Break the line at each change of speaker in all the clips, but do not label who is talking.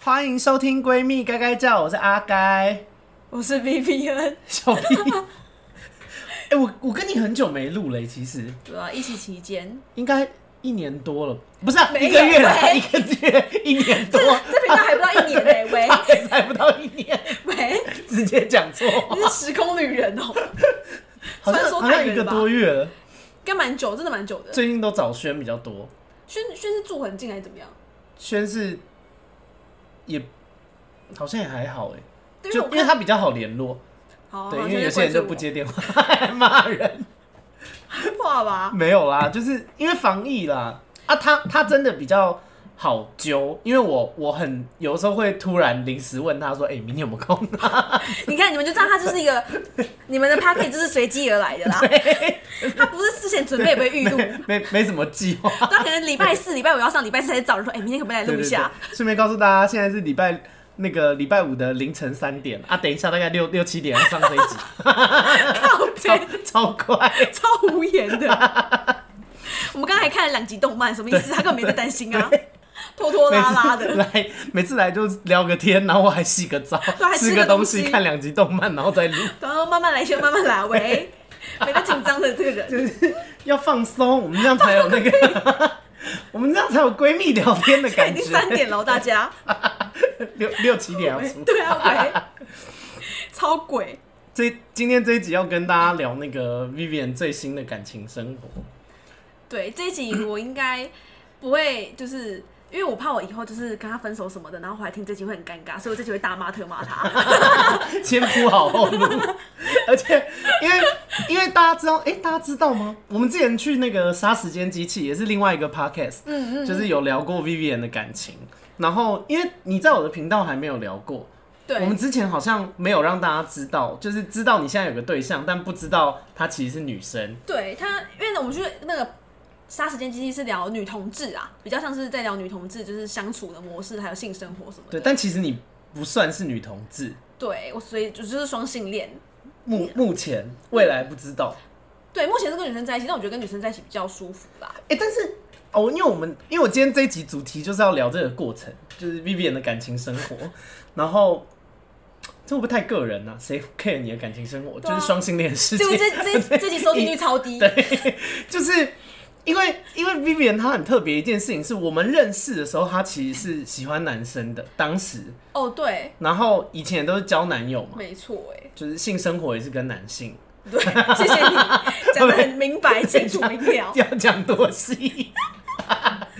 欢迎收听《闺蜜该该叫》，我是阿该
我是 B B N，
小 B。哎、我我跟你很久没录了，欸其实
对啊，一起期间，
应该一年多了，不是、啊、
没有
一个月了，
喂
一个月一年多，
这频道还不到一 年嘞、喂
啊才不到一年，
喂，
直接讲错，
你是时空旅人哦、
好像
嗯算说
好像
太远
一个
了吧
多月了。
应该蛮久，真的蛮久的。
最近都找轩比较多，
轩轩是住很近还是怎么样？
轩是也好像也还好哎、
对
就
我
因为
看
他比较好联络，
好，
对，
好
因为有
轩就
些人
关注
就不
我
接电话，还骂人。
话吧。
没有啦，就是因为防疫啦啊，他他真的比较好揪，因为我我很有时候会突然临时问他说，哎、明天有没有空？
你看你们就知道他就 是一个，你们的 p a c k a g e 就是随机而来的啦，他不是事先准备也不会预录，
没没什么计划。
他可能礼拜四、礼拜五要上，礼拜四才找人说，哎、明天可不可以来
对
录
对
一
对
下？，
顺便告诉大家，现在是礼拜那个礼拜五的凌晨三点啊，等一下大概六六七点要上这一 集，
靠背，
超快。
超无言的。我们刚才还看了两集动漫，什么意思？他根本没在担心啊，拖拖
每
拉
次
拉的。
来，每次来就聊个天，然后我还洗个澡，
还
吃
吃个
个东
东
西，
西
看两集动漫，然后再录，
然后哦慢慢来，先慢慢来， 喂，没在紧张的这个人，
要放松，我们这样才有那个， 我们这样才有闺蜜聊天的
已
感觉。
经三点了哦，大家，
啊六六七点要出。
对啊，喂，超鬼，
这今天这一集要跟大家聊那个 Vivian 最新的感情生活。
对，这一集我应该不会，就是因为我怕我以后就是跟他分手什么的，然后回来听这集会很尴尬，所以我这集会大骂特 骂他，
先铺好后路。而且因为因为大家知道，哎、大家知道吗？我们之前去那个杀时间机器也是另外一个 podcast，嗯嗯，就是有聊过 Vivian 的感情。然后因为你在我的频道还没有聊过，我们
对，
之前好像没有让大家知道，就是知道你现在有个对象，但不知道她其实是女生。
对他，因为我们去那个。杀时间机器是聊女同志啊，比较像是在聊女同志，就是相处的模式，还有性生活什么
对，
的。
但其实你不算是女同志，
对，我所以我就是双性恋。
目目前未来不知道。
对，目前是跟女生在一起，但我觉得跟女生在一起比较舒服啦。
哎、但是哦，因为我们因为我今天这一集主题就是要聊这个过程，就是 Vivian 的感情生活，然后这会不会太个人啊？谁 care 你的感情生活？
对啊
就是双性恋的事情
对，我，这这这集收听率超低。
就是。因为因为 Vivian 她很特别一件事情是我们认识的时候，她其实是喜欢男生的，当时，
哦，对，
然后以前都是交男友嘛，
没错，哎，
就是性生活也是跟男性，
对，谢谢你讲的很明白、清楚、明了，
要讲多细。
谢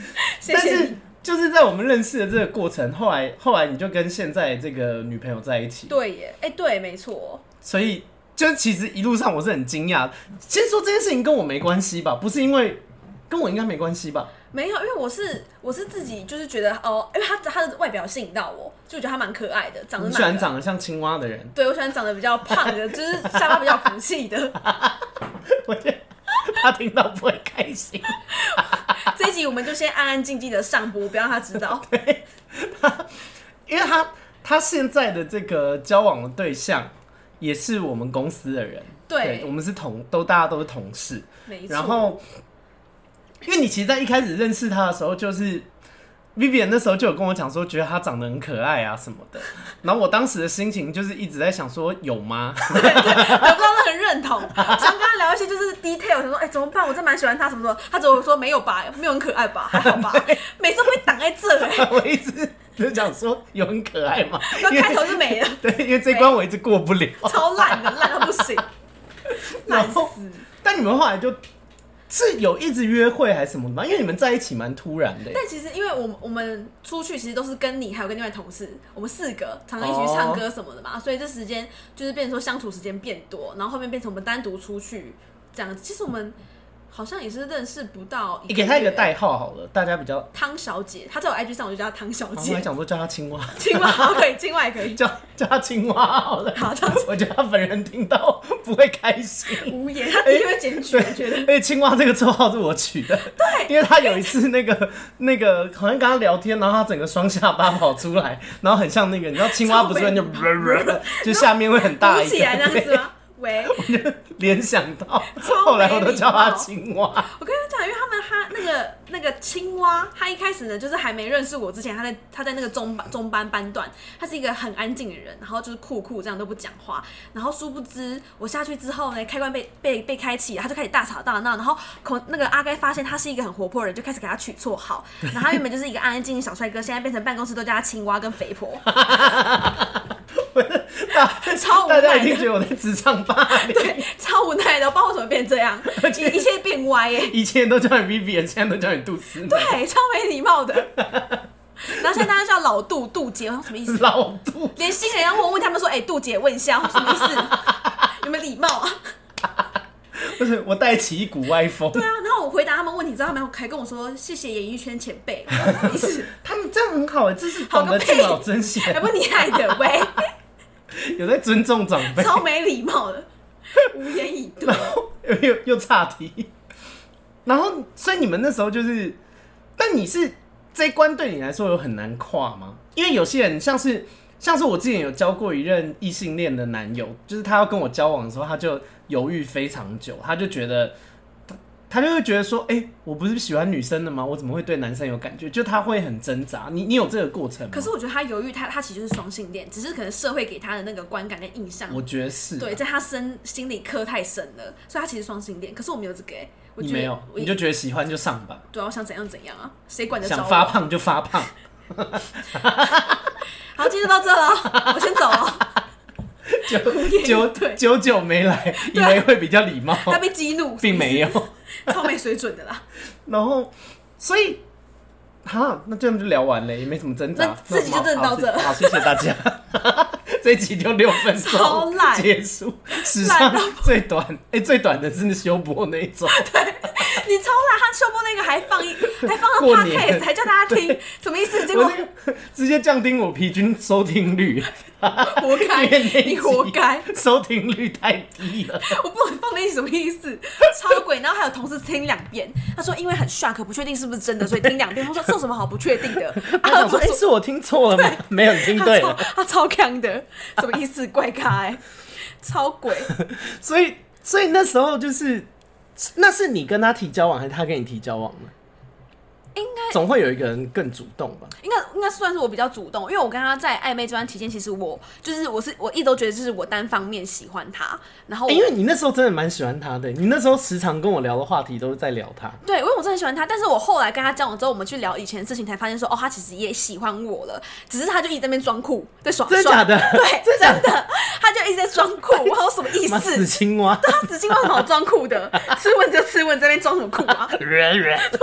但
谢
是
你。
就是在我们认识的这个过程，后来后来你就跟现在这个女朋友在一起，
对耶，哎，对，没错，
所以就是其实一路上我是很惊讶。先说这件事情跟我没关系吧，不是因为跟我应该没关系吧？
没有，因为我是我是自己就是觉得哦，因为他他的外表吸引到我，就我觉得他蛮可爱的，长得
你
蛮
喜欢长得像青蛙的人，
对我喜欢长得比较胖的，就是下巴比较福气的。
我觉得他听到不会开心，
这一集我们就先安安静静的上播，不要让他 知道。
因为他他现在的这个交往的对象也是我们公司的人，我
对，
们是同都大家都是同事，
没错。
然后，因为你其实，在一开始认识他的时候，就是 Vivian 那时候就有跟我讲说，觉得他长得很可爱啊什么的。然后我当时的心情就是一直在想说，有吗？
我不知道他很认同，想跟他聊一些就是 detail，想说，哎、怎么办？我真蛮喜欢他什么什么，他只有说没有吧，没有很可爱 吧，还好吧，每次都会挡在这、哎，
我一直就想说，有很可爱吗？
那
因
开
为
头就没了，
对，因为这关我一直过不了。
超烂的，烂到不 行，烂
然
死
后，， 但你们后来就是有一直约会还是什么的吗？因为你们在一起蛮突然的耶。欸
但其实因为我们我们出去其实都是跟你还有跟另外同事，我们四个常常一起去唱歌什么的
哦
嘛，所以这时间就是变成说相处时间变多，然后后面变成我们单独出去这样子。其实我们好像也是认识不到
你给他一个
月
代号好了，大家比较。
汤小姐，她在我 IG 上我就叫她汤小
我
姐
还，想说叫他青蛙，
青蛙可以，青蛙也可以。
叫叫他青蛙好了。
好，他
我觉得他本人听到不会开心。
无言，他的确会检举，我觉得。
而且青蛙这个绰号是我取的，对，因为他有一次那个那个好像跟他聊天，然后他整个双下巴跑出 来，然后很像那个，你知道青蛙不是会就就下面会很大
鼓
一
起来那
个，
样子吗？喂，
联想到
超
后来我
没
都
礼
叫他
貌
青蛙，
我跟他讲，因为他们他那个那个青蛙，他一开始呢，就是还没认识我之前，他在他在那个中班中班班段，他是一个很安静的人，然后就是酷酷这样都不讲话，然后殊不知我下去之后呢，开关被被被开启，他就开始大吵大闹，然后孔那个阿该发现他是一个很活泼的人，就开始给他取绰号，然后他原本就是一个安安静静小帅哥，现在变成办公室都叫他青蛙跟肥婆，超无
大家
奈
一定
的，
觉得我在职场霸凌，
对，超无奈的，我不知道为什么变这样，一一切变歪耶、
以前都叫你 Vivian，现在都叫你杜思对，
对，超没礼貌的。然后现在大家叫老杜杜姐，我说什么意 思？
老杜，
连新人要问问他们说，哎、杜姐问一下，我说什么意思？有 没有礼貌啊？
不是我带起一股歪风。
对啊，然后我回答他们问题之后，他们还跟我说谢谢演艺圈前辈，我说什么意思？
他们这样很好哎，这是
好
懂
个
得
屁
敬老尊
还
贤，
不你害的，喂，
有在尊重长辈，
超没礼貌的，无言以对。
又又又岔题。然后，所以你们那时候就是，但你是这一关对你来说有很难跨吗？因为有些人像是像是我之前有交过一任异性恋的男友，就是他要跟我交往的时候，他就犹豫非常久，他就觉得他他就会觉得说，哎、我不是喜欢女生的吗？我怎么会对男生有感觉？就他会很挣扎。你你有这个过程吗？
可是我觉得他犹豫，他他其实就是双性恋，只是可能社会给他的那个观感跟印象，
我觉得是、啊
对，，在他身心里刻太深了，所以他其实双性恋。可是我没有这个、哎，我
你
觉得
没有，
我
你就觉得喜欢就上吧，
对啊，我想怎样怎样啊，谁管得着
想
我？
发胖就发胖。
好，今天就到这了， 我先走啊了。
九
言以
九
对
九九没来，以为会比较礼貌，
他被激怒，
哦 并没有。
超没水准的啦。
然后，所以，哈，那这样就聊完了，也没什么挣扎
那。这集就
好
真的到这
好，谢谢大家。 这一集就六分
超
钟
烂
结束，史
烂
上
到
最短，哎、最短的是修博那一种。
你超烂，他修播那个还 放一，还放到
过年
podcast，还叫大家听，什么意 思？结
我
果
那个直接降低我平均收听率，
活该
因为那，一
你活
集
该，
收听率太低了。
我不能放那一集什么意思？超鬼！然后还有同事听两遍，他说因为很 shock，不确定是不是真的，所以听两遍。他说这有什么好不确定的？
他
啊
想说，哎、是我听错了吗？没有，你听
他
对
超
了。
他超坑的，什么意思？怪咖哎、 超鬼！
所以，所以那时候就是，那是你跟他提交往，还是他跟你提交往呢？
应该
总会有一个人更主动吧？
应该应该算是我比较主动，因为我跟他在暧昧这段期间，其实我就是我是我一直都觉得就是我单方面喜欢他，然后我、
欸因为你那时候真的蛮喜欢他的，你那时候时常跟我聊的话题都是在聊他。
对，因为我真的很喜欢他，但是我后来跟他交往之后，我们去聊以前的事情，才发现说哦，他其实也喜欢我了，只是他就一直在那边装酷，在耍 帅，
真的假的
对，真的，他就一直在装酷，我说什么 意
妈死
思？
青蛙，
他紫金有什么好装酷的？吃问就吃问，在那边装什么酷啊？
人人
对，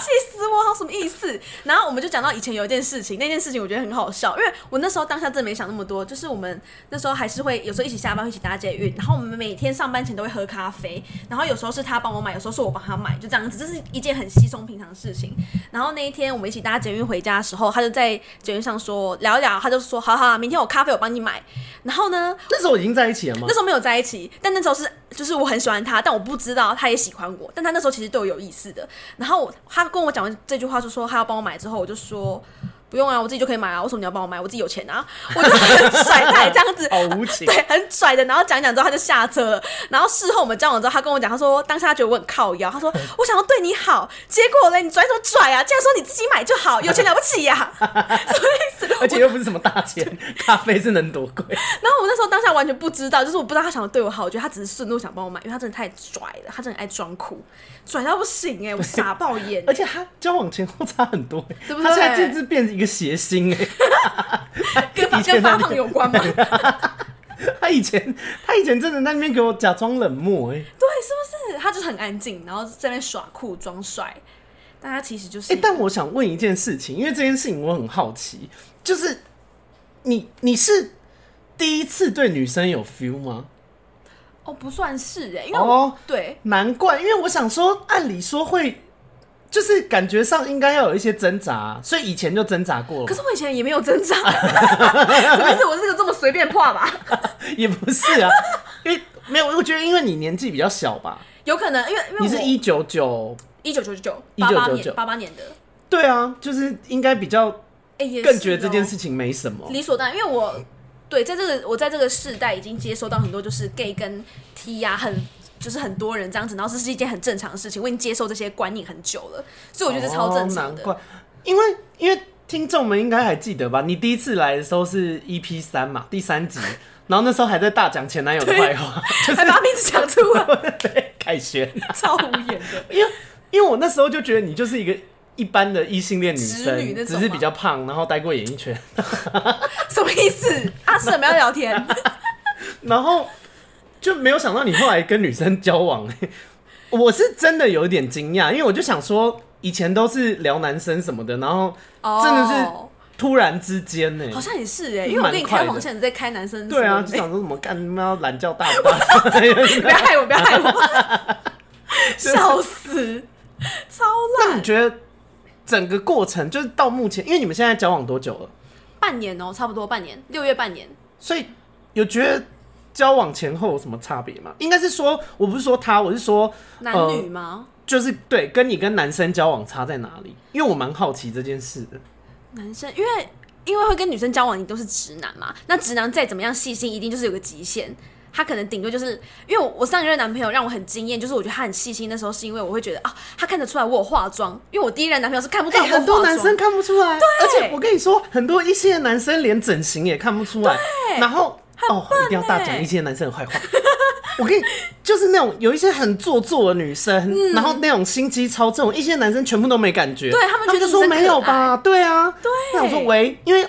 气死我，什么意思？然后我们就讲到以前有一件事情，那件事情我觉得很好笑，因为我那时候当下真的没想那么多，就是我们那时候还是会有时候一起下班，会一起搭捷运，然后我们每天上班前都会喝咖啡，然后有时候是他帮我买，有时候是我帮他买，就这样子，这是一件很稀松平常的事情。然后那一天我们一起搭捷运回家的时候，他就在捷运上说聊一聊，他就说好好，明天我咖啡我帮你买。然后呢，
那时候已经在一起了吗
那？时候没有在一起，但那时候是就是我很喜欢他，但我不知道他也喜欢我，但他那时候其实对我有意思的。然后我他跟我讲这句话，就说他要帮我买之后，我就说。不用啊，我自己就可以买啊！为什么你要帮我买？我自己有钱啊！我就很甩他，这样子，
好无情
对，很甩的。然后讲一讲之后，他就下车了。然后事后我们交往之后，他跟我讲，他说当下他觉得我很靠腰，他说我想要对你好，结果嘞，你拽什么拽啊？竟然说你自己买就好，有钱了不起呀、 什么意思？
而且又不是什么大钱，咖啡是能多贵？
然后我那时候当下完全不知道，就是我不知道他想要对我好，我觉得他只是顺路想帮我买，因为他真的太拽了，他真的爱装酷，拽到不行哎、我傻爆 眼
而。且他交往前后差很多，欸
对不对
他现在甚至变成一个谐星哎。
跟
以
发
前
跟
那
发
里
胖有关吗？ 对，是不
他以前他以前真的在那边给我假装冷漠哎。
是？他就是很安静，然后在那边耍酷装帅，但他其实就是
哎、但我想问一件事情，因为这件事情我很好奇，就是你你是第一次对女生有 feel 吗？
哦不算是哎、因为我、
哦，
对
难怪，因为我想说，按理说会，就是感觉上应该要有一些挣扎、所以以前就挣扎过了
可
嘛，
是我以前也没有挣扎， 什么意思？我是个这么随便破吧？
也不是啊，因为没有，我觉得因为你年纪比较小吧，
有可能，因为因为我
你是一九九，
一九九九八八
1999
年八八年的，
对啊，就是应该比较
哎、也哦
更觉得这件
事。
事情没什么，
理所当然，因为我对，在这个我在这个世代已经接收到很多就是 gay 跟 T 呀、啊很就是很多人这样子，然后这是一件很正常的事情，我已经接受这些观念很久了，所以我觉得超正常的。
哦难怪，因为因为听众们应该还记得吧？你第一次来的时候是 EP 三嘛，第三 集，然后那时候还在大讲前男友的坏话，就是
还把名字讲出来，
对凯旋，
超无言的。
因为因为我那时候就觉得你就是一个。一般的异性恋女生，
直女那种
只
吗
是比较胖，然后待过演艺圈，
什么意思？阿瑟没有 聊天，
然后就没有想到你后来跟女生交往、 欸我是真的有一点惊讶，因为我就想说，以前都是聊男生什么的，然后
哦
真的是突然之间呢、欸
好像也是哎、因为我跟你开黄线，你在开男生，
对 啊，
是
就
不是
想说什么干他妈懒觉大 不大？
不要害我，不要害 我，,
啊
笑死，超
那你
烂，
觉得整个过程就是到目前，因为你们现在交往多久了？
半年哦、差不多半年，六月半年，
所以有觉得交往前后有什么差别吗？应该是说，我不是说他，我是说，呃
男女吗？
就是对，跟你跟男生交往差在哪里？因为我蛮好奇这件事的。
男生，因为因为会跟女生交往，你都是直男嘛。那直男再怎么样细心，一定就是有个极限。他可能顶多就是，因为我我上一任男朋友让我很惊艳，就是我觉得他很细心。那时候是因为我会觉得啊，他看得出来我有化妆，因为我第一任男朋友是看不出
哎、
来我有化
很多
妆。
男生看不出来，而且我跟你说，很多一线的男生连整形也看不出来，然后哦，一定要大
欸
讲一线男生的坏话。 我跟你就是那种有一些很做作的女生，然后那种心机超重，一些男生全部都没感觉，
嗯对他们觉得
就说
女生可
没有
爱
吧，对啊，对那我说
对
喂，因为。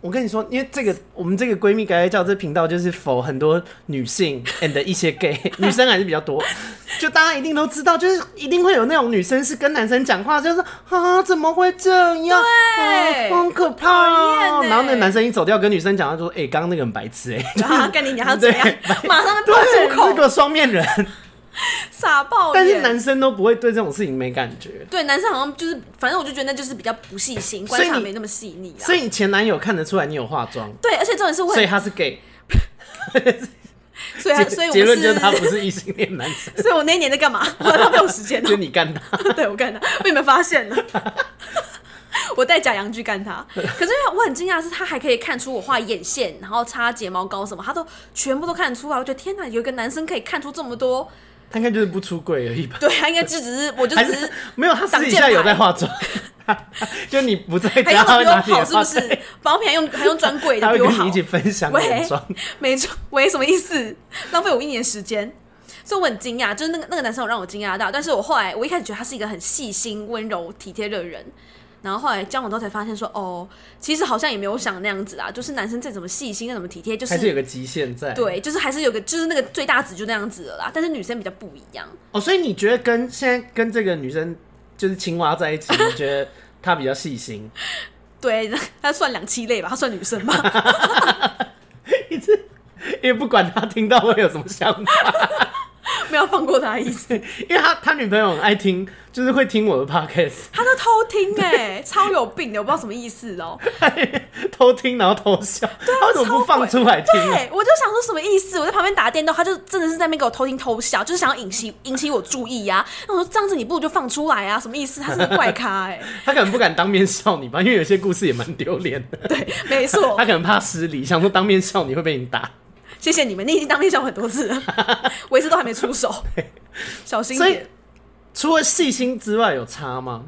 我跟你说，因为这个我们这个闺蜜改改叫这频道就是否很多女性 and 一些 gay 女生还是比较多，就大家一定都知道，就是一定会有那种女生是跟男生讲话，就是啊怎么会这样，
对
啊好可怕哦、
讨厌欸
然后那个男生一走掉，跟女生讲，他说：“哎、刚刚那个很白痴哎、欸。
啊，跟 你讲他怎样
对，
马上”就爆
对，
粗口
那，个双面人，
傻爆眼。
但是男生都不会对这种事情没感觉，
对啊男生好像就是，反正我就觉得那就是比较不细心，
所以
观
你
察没那么细腻啊
所。以你前男友看得出来你有化妆，
对，而且重点是我
所以
很，
他是 gay，
所以他所
结
以我
结论
们
就是
是，，
他不是异性恋男生
所以我那一年在干嘛？我在浪费我时间哦
就你干他。
对我干他，被你们发现了。 我带假洋具干他，可是因为我很惊讶，是他还可以看出我画眼线，然后擦睫毛膏什么，他都全部都看得出来。我觉得天哪，有一个男生可以看出这么多，
他应该就是不出柜而已吧？
对啊他应该就只是我就
还
只
是
是
没有？他私底下有在化妆， 就你不在
还
家，
用
他会
的
拿你
比我
的
好，是
化妆，
不是？保养品还用还用专 柜
他
的
会
比我
跟
好
你一，起分享
喂
眼妆。
没错，喂，什么意思？浪费我一年时间。所以我很惊讶，就是那个那个男生有让我惊讶到，但是我后来我一开始觉得他是一个很细心、温柔、体贴的人，然后后来交往之后才发现说，哦，其实好像也没有想那样子啊，就是男生再怎么细心、再怎么体贴，就
还是有
是
个极限在。
对，就是还是有个就是那个最大值就那样子了啦，但是女生比较不一样，
哦，所以你觉得跟现在跟这个女生就是青蛙在一起，你觉得她比较细心？
对， 他算两栖类吧，他算女生吧，
因为不管她听到会有什么想法，
没有放过他的意思，
因为她她女朋友很爱听，就是会听我的 podcast，
他都偷听哎、超有病的，我不知道什么意思哦、
偷听然后偷笑，
啊
她为什么不放出来听啊？
对，我就想说什么意思？我在旁边打电动，他就真的是在那边给我偷听偷笑，就是想要引起引起我注意呀、那我说这样子你不如就放出来啊，什么意思？他是个怪咖哎、
她可能不敢当面笑你吧，因为有些故事也蛮丢脸的，
没错
她，可能怕失礼，想说当面笑你会被你打。
谢谢你们，你已经当面笑我很多次了，我一直都还没出手，小心一
所以
点。
除了细心之外有差吗？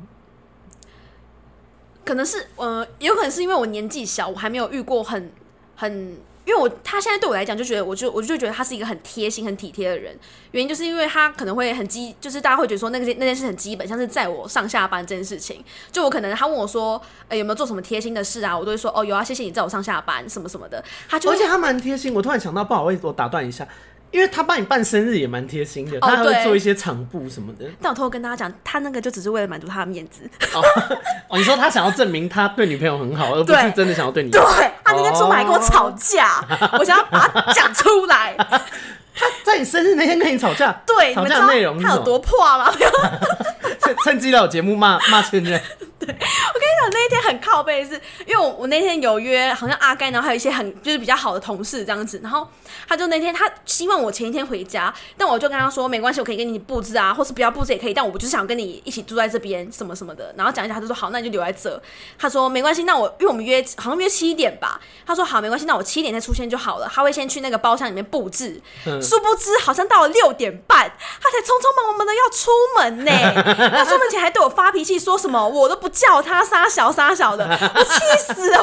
可能是呃，也有可能是因为我年纪小，我还没有遇过很很。因为我他现在对我来讲，就觉得我就我就觉得他是一个很贴心、很体贴的人。原因就是因为他可能会很基，就是大家会觉得说那个那件事很基本，像是在我上下班这件事情，就我可能他问我说，呃、有没有做什么贴心的事啊？我都会说，哦，有啊，谢谢你在我上下班什么什么的。他就
而
会
且她蛮贴心，我突然想到，不好意思，我打断一下，因为她帮你办生日也蛮贴心的，
哦
她还会
对
做一些场布什么的。
但我偷偷跟大家讲，他那个就只是为了满足他的面子，
哦， 哦，你说他想要证明他对女朋友很好，而不
对
是真的想要对你
对
好。
他那天出门还跟我吵架，我想要把他讲出来。
在你生日那天跟你吵架，
对，你
吵
们知
架
道
的内容是
他
什
有
么？
多破吗？
趁趁机来我节目骂骂前任，
还有那一天很靠背是，因为我我那天有约，好像阿盖，然后还有一些很就是比较好的同事这样子，然后他就那天他希望我前一天回家，但我就跟他说没关系，我可以跟你布置啊，或是不要布置也可以，但我就是想跟你一起住在这边什么什么的，然后讲一下，他就说好，那你就留在这。他说没关系，那我因为我们约好像约七点吧，他说好没关系，那我七点再出现就好了，他会先去那个包厢里面布置，
嗯
殊不知好像到了六点半，他才匆匆忙忙的要出门 呢、要出门前还对我发脾气，说什么我都不叫他杀小杀小的，我气死了！我都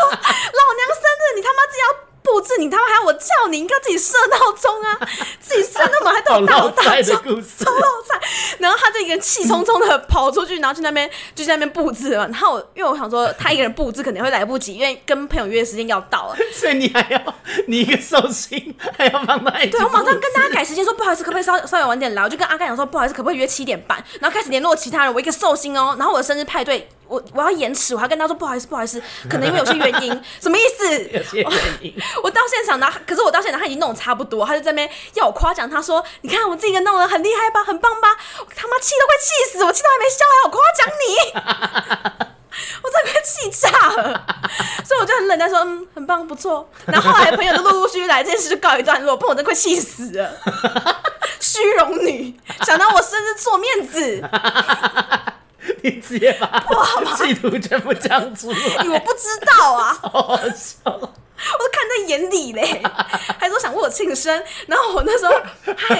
说老娘生日你他妈自己要。布置你他妈还要我叫你，你应该自己设闹钟啊！自己设那么还对
好
我大吼
老
大
塞
叫
的，故事
超，漏菜。然后他就一个人气冲冲的跑出去，然后去那边就去那边布置嘛。然后我因为我想说他一个人布置可能会来不及，因为跟朋友约的时间要到啊了。
所以你还要你一个寿星还要帮他一起
对，我马上
布
跟大家改时间说，不好意思，可不可以稍稍微晚点来？我就跟阿盖讲说，不好意思，可不可以约七点半？然后开始联络其他人，我一个寿星哦，然后我的生日派对，我我要延迟，我还跟他说不好意思，不好意思，可能因为有些原 因，什么意思？
有些原因，
我到现场呢，可是我到现场他已经弄得差不多，他就在那边要我夸奖，他说：“你看我自己给弄得很厉害吧，很棒吧？”我他妈气都快气死，我气都还没消，还要我夸奖你， 我真的快气炸了。所以我就很冷淡说：“嗯，很棒，不错。”然后后来朋友就陆陆续续来，这件事就告一段落，不然我真的快气死了。虚荣女想当我生日做面子，
你直接把企图全部讲出来
以为，我不知道啊。
好好笑。
我都看在眼里嘞，还说想为我庆生。然后我那时候，还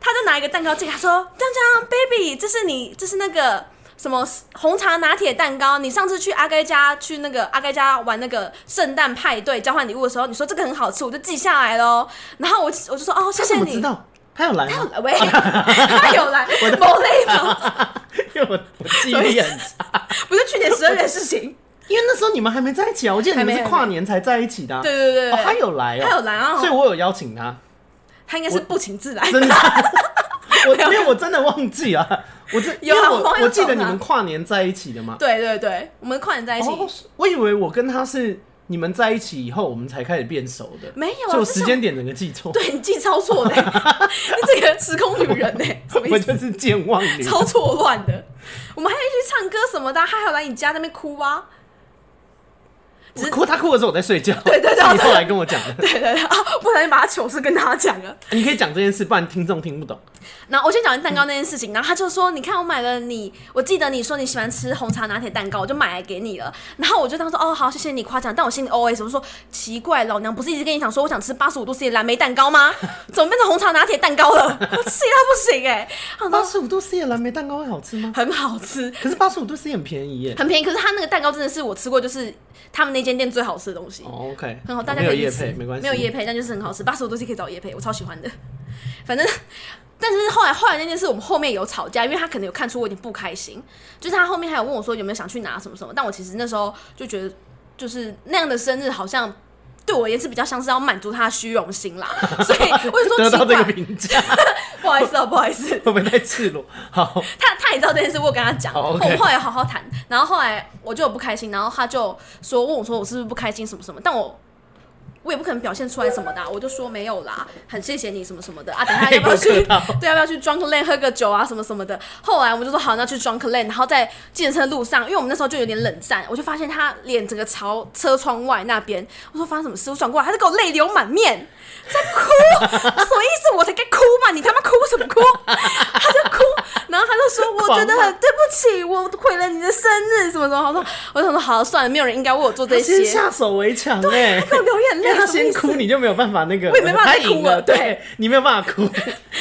他就拿一个蛋糕进来，他说：“江江，baby，这是你，这是那个什么红茶拿铁蛋糕。你上次去阿该家去那个阿该家玩那个圣诞派对交换礼物的时候，你说这个很好吃，我就记下来喽。然后我我就说：哦，谢
他
谢
怎么知
你。
道？他有来
他
吗？
有喂，他有来，某类吗？
因为我我记忆力很差，
不是去年十二月的事情。
因为那时候你们还没在一起啊，我记得你们
还
是
没
跨年才在一起的啊。
对对对对
哦，
对，
他有来哦，
他有来啊
所以我有邀请 他，
他应该是不请自来。
真的。我因为我真的忘记了，我 真因
有
为
啊我
我
有
我记得
找
你
他
们跨年在一起的嘛。
对对对，我们快点在一起。
哦，我以为我跟他是你们在一起以后，我们才开始变熟的，
没有啊
所以我
这
时
是
间点整个记错，
对你记超错的、你 这个时空女人呢、欸什么
我
意思？
就是健忘女。
超错乱的。我们还要一起去唱歌什么的啊，他还有来你家那边哭啊？
我哭他哭的时候我在睡觉，
对对对
是你
对
后来跟我讲的，
对对对啊，不小心把他糗事跟大家讲了。
你可以讲这件事，不然听众听不懂。
然后我先讲完蛋糕那件事情，然后他就说：“你看，我买了你，我记得你说你喜欢吃红茶拿铁蛋糕，我就买来给你了。”然后我就当说：“哦，好，谢谢你夸奖。”但我心里 OS 我说：“奇怪，老娘不是一直跟你讲说我想吃八十五度 C 的蓝莓蛋糕吗？怎么变成红茶拿铁蛋糕了？我气到不行哎、欸！”
八
他说
十五度 C 的蓝莓蛋糕会好吃吗：“？
很好吃，
可是八十五度 C 很便宜耶。
很便宜，可是它那个蛋糕真的是我吃过，就是他们那间店最好吃的东西，
哦，OK，
很好，大家
没
可
有
以
夜
去吃
配，没关系，
没有夜配，但就是很好吃。八十五度 C 可以找夜配，我超喜欢的。反正，但是后来后来那件事，我们后面有吵架，因为他可能有看出我有点不开心，就是他后面还有问我说有没有想去拿什么什么，但我其实那时候就觉得，就是那样的生日好像。对我而言是比较像是要满足他的虚荣心啦，所以我就 说
得
奇
到这个
怪，
评价
不好意思哦、不好意思，
会不会太赤裸？ 好，
他他也知道这件事，我有跟他讲，
好，OK 哦
我们后来有好好谈，然后后来我就有不开心，然后他就说问我说我是不是不开心什么什么，但我我也不可能表现出来什么的啊、我就说没有啦，很谢谢你什么什么 的啊，等一下要不要去
太有客套
对要不要去 drunk lane 喝个酒啊什么什么的，后来我们就说好，那去 drunk lane，然后在计程车路上，因为我们那时候就有点冷战，我就发现他脸整个朝车窗外那边，我说发生什么事，我转过来，他就给我泪流满面。在哭，什么意思？我才该哭嘛！你他妈哭什么哭？他就哭，然后他就说：“我觉得很对不起，我毁了你的生日，什么什么。”我说：“我想说，好算了，没有人应该为我做这
他先
些。”
下手为强 哎，
给我流眼
因
泪，
为他
什么意
先
思
哭，你就没有办法那个，
我也没办法
他
再哭
赢了，
了
对
对
你没有办 法哭，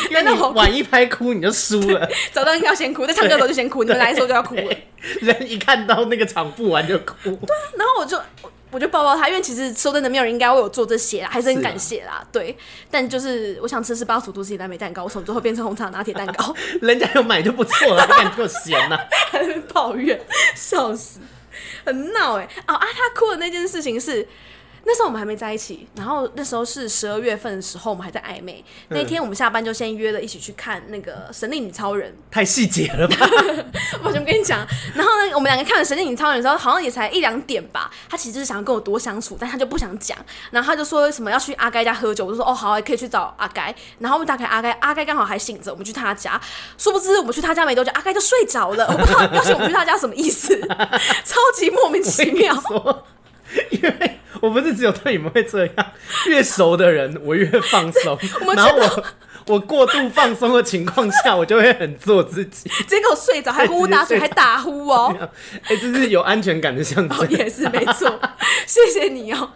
因为
难道
你
我哭
晚一拍哭你就输了。
早知道应该要先哭，在唱歌的时候就先哭，你们来的时候就要哭了。
对人一看到那个场布完就哭。
然后我就我我就抱抱他，因为其实说真的，没有人应该为我做这些啦，还是很感谢啦。对，但就是我想吃是八十度 C 蓝莓蛋糕，我从最后变成红茶拿铁蛋糕，
人家有买就不错了，还敢给我闲呐、
还在那边欸抱怨，笑死，很闹哎、哦啊，他哭的那件事情是。那时候我们还没在一起，然后那时候是十二月份的时候，我们还在暧昧。那天我们下班就先约了一起去看那个《神力女超人》，
太细节了吧？
我先跟你讲，然后呢，我们两个看了《神力女超人》的时候，好像也才一两点吧。他其实就是想跟我多相处，但他就不想讲。然后他就说什么要去阿该家喝酒，我就说哦好啊，可以去找阿该。然后我们打开阿该，阿该刚好还醒着，我们去他家。殊不知我们去他家没多久，阿该就睡着了。我不知道邀请我们去他家什么意 思，超级莫名其妙。
说， 因为我不是只有对你们会这样，越熟的人我越放松
我，们
然后我我过度放松的情况下，我就会很做自 己。
直接给我睡着，还呼呼大 睡，还打呼哦。
哎、这是有安全感的象
哦，
征。
也是没 错，谢谢你哦。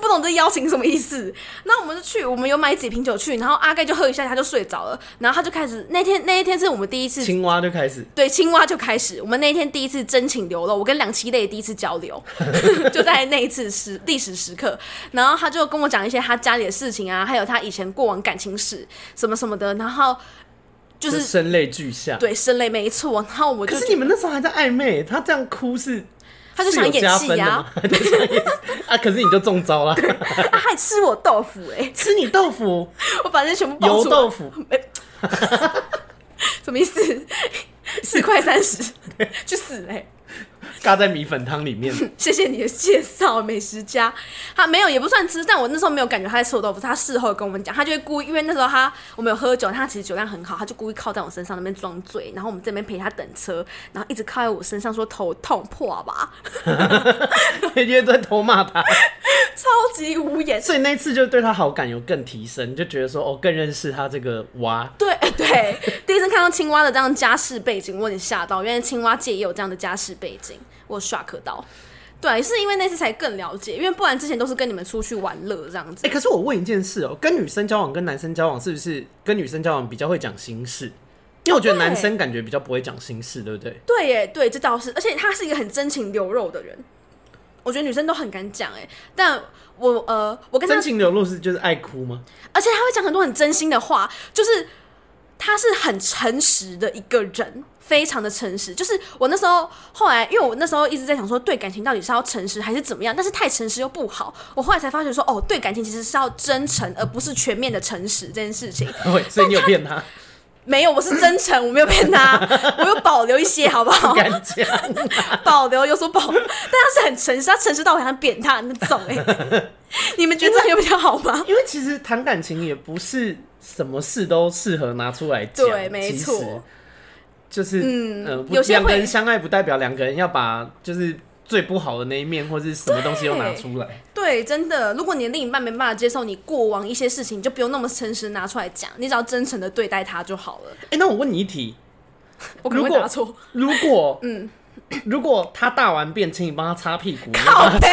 不懂这邀请什么意思？那我们就去，我们有买几瓶酒去，然后阿盖就喝一下，他就睡着了。然后他就开始那天那一天是我们第一次
青蛙就开始，
对青蛙就开始，我们那一天第一次真情流露，我跟两栖类第一次交流， 就在那一次时历史时刻。然后他就跟我讲一些他家里的事情啊，还有他以前过往感情史什么什么的，然后就。
就是声泪俱下。
对，生类没错。然后我就
可是
觉
你们那时候还在暧昧，他这样哭是，
他就想
是有
演
加
戏
分的
呀
吗 他就想演戏啊！可是你就中招了，
得他还吃我豆腐哎、
吃你豆腐，
我把这全部爆
油
出来
豆腐，
什么意 思？四块三十，去死嘞、
尬在米粉汤里 面。
谢谢你的介绍，美食家。他没有也不算吃，但我那时候没有感觉他在吃我豆腐，他事后跟我们讲，他就会故意，因为那时候他我们有喝酒，他其实酒量很好，他就故意靠在我身上那边装醉，然后我们这边陪他等车，然后一直靠在我身上说头痛破吧，
因为在偷骂他，
超级无言。
所以那次就对他好感有更提升，就觉得说哦，更认识他这个娃。
对 对，第一次看到青蛙的这样家世背景，我有点吓到，原来青蛙界也有这样的家世背景，我有 shock 到。对，是因为那次才更了解，因为不然之前都是跟你们出去玩乐这样子
哎、。可是我问一件事哦、跟女生交往跟男生交往是不是跟女生交往比较会讲心事？因为我觉得
哦对
男生感觉比较不会讲心事，对不对？
对耶，对，这倒是，而且他是一个很真情流露的人，我觉得女生都很敢讲哎，但我呃，我跟他
真，情流露是就是爱哭 吗？
而且他会讲很多很真心的话，就是他是很诚实的一个人。非常的诚实，就是我那时候后来，因为我那时候一直在想说，对感情到底是要诚实还是怎么样，但是太诚实又不好。我后来才发觉说，哦，对感情其实是要真诚，而不是全面的诚实这件事情。
对，所以你有骗 他，
没有，我是真诚，我没有骗他， 我有保留一些，好不
不？
好
敢讲。
保留有所 保，但他是很诚实，他诚实到我想扁他那种哎、你们觉得这样有比较好吗？
因为其实谈感情也不是什么事都适合拿出来讲，
对没
其实
错
就是嗯，呃不
有些会
两个人相爱不代表两个人要把就是最不好的那一面或是什么东西都拿出来。
对，真的，如果你的另一半没办法接受你过往一些事情，你就不用那么诚实拿出来讲，你只要真诚的对待他就好了。
哎、那我问你一题，
我可能会
如果
答错，
如果嗯， 如果他大完便，请你帮他擦屁股，
靠背，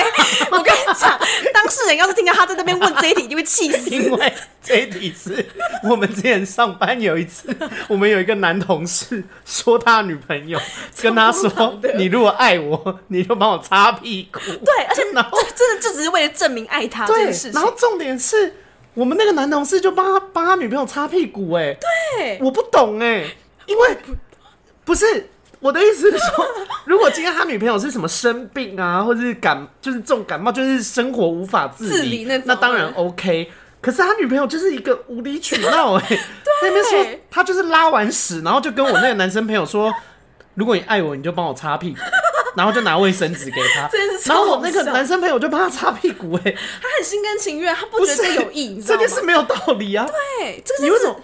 我跟你讲，当事人要是听到他在那边问这一题，一定会气死。
因为这一题是我们之前上班有一次，我们有一个男同事说他女朋友跟他
超
说
荒唐的：“
你如果爱我，你就帮我擦屁股。”
对，而且
然后
这真的就只是为了证明爱他这件事
对，然后
情。
重点是我们那个男同事就帮他帮他女朋友擦屁股、哎，
对，
我不懂哎、因为不是我的意思是 说，如果今天他女朋友是什么生病啊，或者是感就是重感冒，就是生活无法自
自理那种
那当然 OK。可是他女朋友就是一个无理取闹 哎、那边说他就是拉完屎，然后就跟我那个男生朋友说，如果你爱我，你就帮我擦 屁股，然后就拿卫生纸给他
真是，超
然后我
好
那个
笑
男生朋友就帮他擦屁股哎、
他很心甘情愿，他不
不
觉得这
是
有意，你知
这
道吗
件？事没有道理啊！
对，这个
你
就
为
是
什么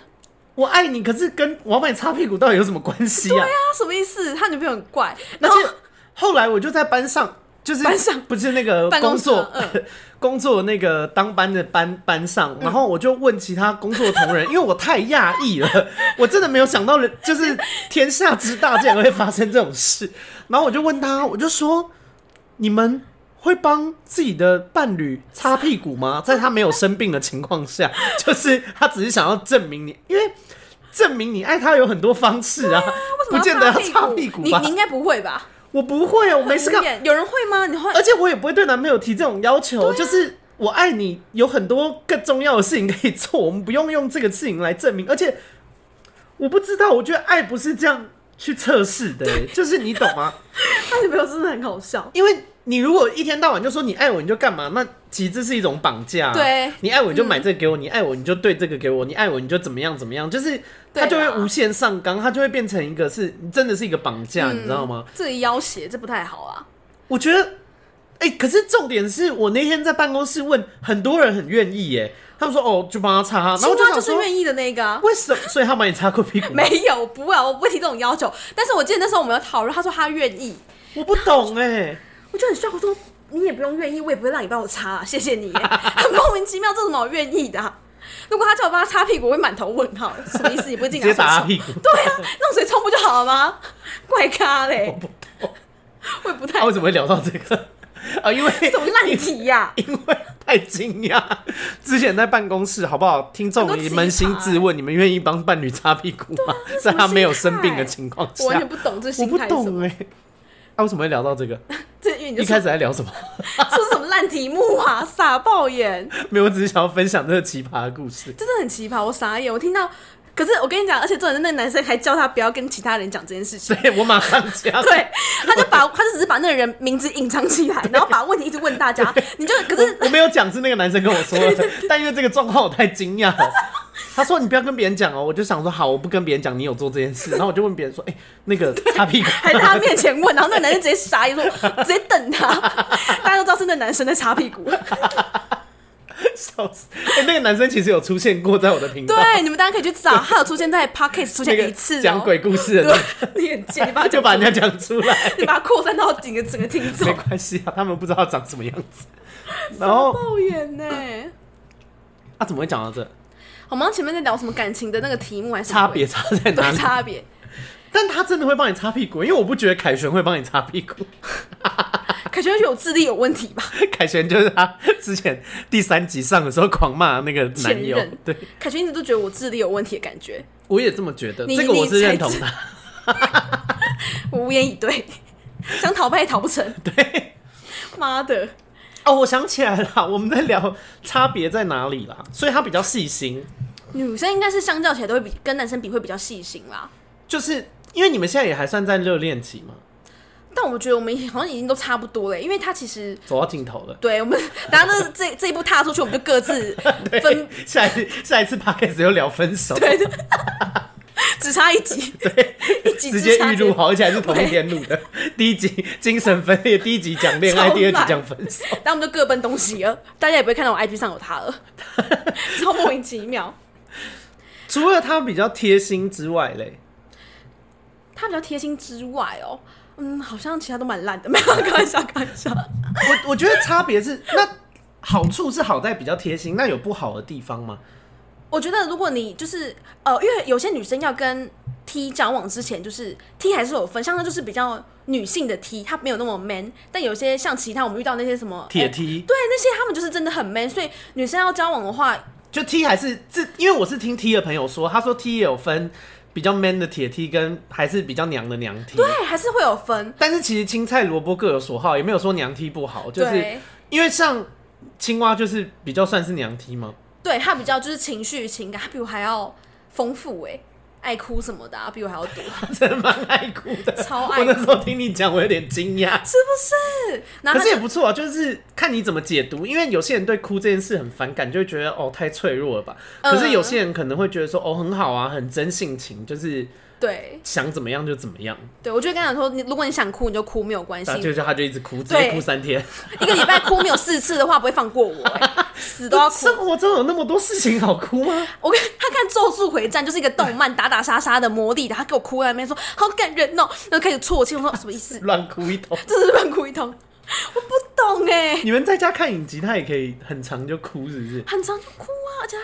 我爱你，可是跟我要帮你擦屁股到底有什么关系啊？
他什么意思？他女朋友很怪，
而
然后
且后来我就在班上，就是
班上
不是那个
办
工
公室
作
吗嗯
工作那个当班的班班上，然后我就问其他工作同仁，因为我太讶异了， 我真的没有想到人，就是天下之大竟然会发生这种事。然后我就问他，我就说你们。会帮自己的伴侣擦屁股 吗？在他没有生病的情况下，就是他只是想要证明你，因为证明你爱他有很多方式啊，不
为什
见
么
得
要
要擦屁股
你
吧
你？应该不会吧？
我不会哦，我没事干
很无，言有人会吗？你会？
而且我也不会对男朋友提这种要求，
啊
就是我爱你，有很多更重要的事情可以做，我们不用用这个事情来证明。而且我不知道，我觉得爱不是这样去测试的、欸就是你 懂吗？
他女朋友真的很好笑。
因为你如果一天到晚就说你爱我，你就干嘛？那其实这是一种绑架、啊。
对嗯
你爱我你就买这个给我，你爱我你就对这个给我，你爱我你就怎么样怎么样，就是
对
它
啊
就会
啦
无限上纲，它就会变成一个是真的是一个绑架，
嗯
你知道吗？
这里要挟这不太好啊。
我觉得，哎、可是重点是我那天在办公室问很多人很愿意耶，他们说哦就帮他擦，然后我
青
就
蛙
想
就是
说
愿意的那 个、啊。
为什么？所以他帮你擦过屁股吗？
没有，不啊，我不提这种要求。但是我记得那时候我们有讨论，他说他愿意，
我不懂哎、
我就很需要。我说你也不用愿意，我也不会让你帮我擦、啊，谢 谢你耶。很莫名其妙，这怎么我愿意的、啊？如果他叫我帮他擦屁股，我会满头问号，什么意思？你不 会
直
进来
接打他
水
屁
冲？
股。
对啊，弄水冲不就好了吗？怪咖嘞，
不
我也不太
他为什么会聊到这个？ 啊，因为
什么烂题呀、
因为太惊讶。之前在办公室，好不好？听众，
很多
你
奇葩啊
扪心自问，你们愿意帮伴侣擦屁股吗？在他没有生病的情况
我完
下
全，不懂这
我
心
不
态是什
懂
么。
哎、啊，为什么会聊到这个？
这因为你就
一
说
开始在聊什么？
说什么烂题目啊，傻爆眼，
没有，我只是想要分享这个奇葩的故事。
真的很奇葩，我傻眼，我听到。可是我跟你讲，而且重点是那个男生还叫他不要跟其他人讲这件事情，
对，我马上加。
对，他就把他就只是把那个人名字隐藏起来，然后把问题一直问 大家，你就可是
我没有讲是那个男生跟我说的，但因为这个状况我太惊讶了。他说你不要跟别人讲哦，我就想说好，我不跟别人讲你有做这件事，然后我就问别人说，哎、那个擦屁股，
还在他面前问，然后那个男生直接傻眼说 直接瞪他，大家都知道是那男生在擦屁股，
笑死！哎、那个男生其实有出现过在我的频道，
对，你们大家可以去找，他有出现在 podcast 出
那
现
个
一次、哦，
讲鬼故事的那
对
个，，
你很贱，你把 他
就
讲
把人
出来
家讲出 来，
你把它扩散到整个整个听众
没，关系啊，他们不知道长什么样子。然后
抱怨呢、
啊，怎么会讲到这？
我们刚前面在聊什么感情的那个题目还是什么
差别差在哪
对
里？
差别，
但他真的会帮你擦屁股，因为我不觉得凯旋会帮你擦屁股。
啊凯旋觉得我智力有问题吧？
凯旋就是他之前第三集上的时候狂骂那个男友
前任，
对
凯旋一直都觉得我智力有问题的感觉，
我也这么觉得，
你
这个我是认同
你
的。
我无言以对， 想讨拍也讨不 成。对，妈的，
哦，我想起来了，我们在聊差别在哪里啦，所以他比较细心，
女生应该是相较起来都会比跟男生比会比较细心啦。
就是因为你们现在也还算在热恋期嘛，
但我觉得我们好像已经都差不多了，因为他其实
走到尽头了。
对我们，大家都是这这一步踏出去，我们就各 自 分，
下一次下一次 podcast 又聊分手，
对的，只差一集， 一集
直
之
接
差
预录好，而且还是同一天录 的。第一集精神分裂，第一集讲恋爱，
超
第二集
懒
讲分手。
然后我们就各奔东西了，大家也不会看到我 IG 上有他 了，超莫名其妙。
除了他比较贴心之外嘞，
他比较贴心之外哦，嗯，好像其他都蛮烂的，没有 开玩笑，开玩笑。
我我觉得差别是那好处是好在比较贴心，那有不好的地方吗？
我觉得如果你就是呃，因为有些女生要跟 T 交往之前，就是 T 还是有分，像她就是比较女性的 T，她没有那么 man，但有些像其他我们遇到那些什么
铁
哎
梯、
对那些他们就是真的很 man，所以女生要交往的话，
就 T 还是这，因为我是听 T 的朋友说，他说 T 也有分比较 man 的铁 T 跟还是比较娘的娘 T。
对还是会有分。
但是其实青菜萝卜各有所好，也没有说娘 T 不好，就是
对，
因为像青蛙就是比较算是娘 T 嘛，
对她比较就是情绪情感，她比我还要丰富哎、爱哭什么的、啊，比我 还要多，
真的蛮爱哭的。我
超爱
那
哭，
时候听你讲，我有点惊讶，
是不是？然
可
后她
是也
就
不错啊，就是看你怎么解读，因为有些人对哭这件事很反感，就会觉得哦太脆弱了吧。
嗯
可是有些人可能会觉得说哦很好啊，很真性情，就是
对
想怎么样就怎么样，
对，我就跟她讲说，你如果你想哭，你就哭没有关系
那，就是他就一直哭，直
对
接哭三天。
一个礼拜哭没有四次的话，不会放过我、欸，死都要哭。
生活中有那么多事情好哭吗？
我跟他看《咒术回战》就是一个动漫，打打杀杀的魔力的，他给我哭在那边说好感人哦、然后开始啜泣，我说什么意思？
乱哭一通。
真是乱哭一通，我不懂哎、
你们在家看影集，他也可以很长就哭，是不是？
很常就哭啊，而且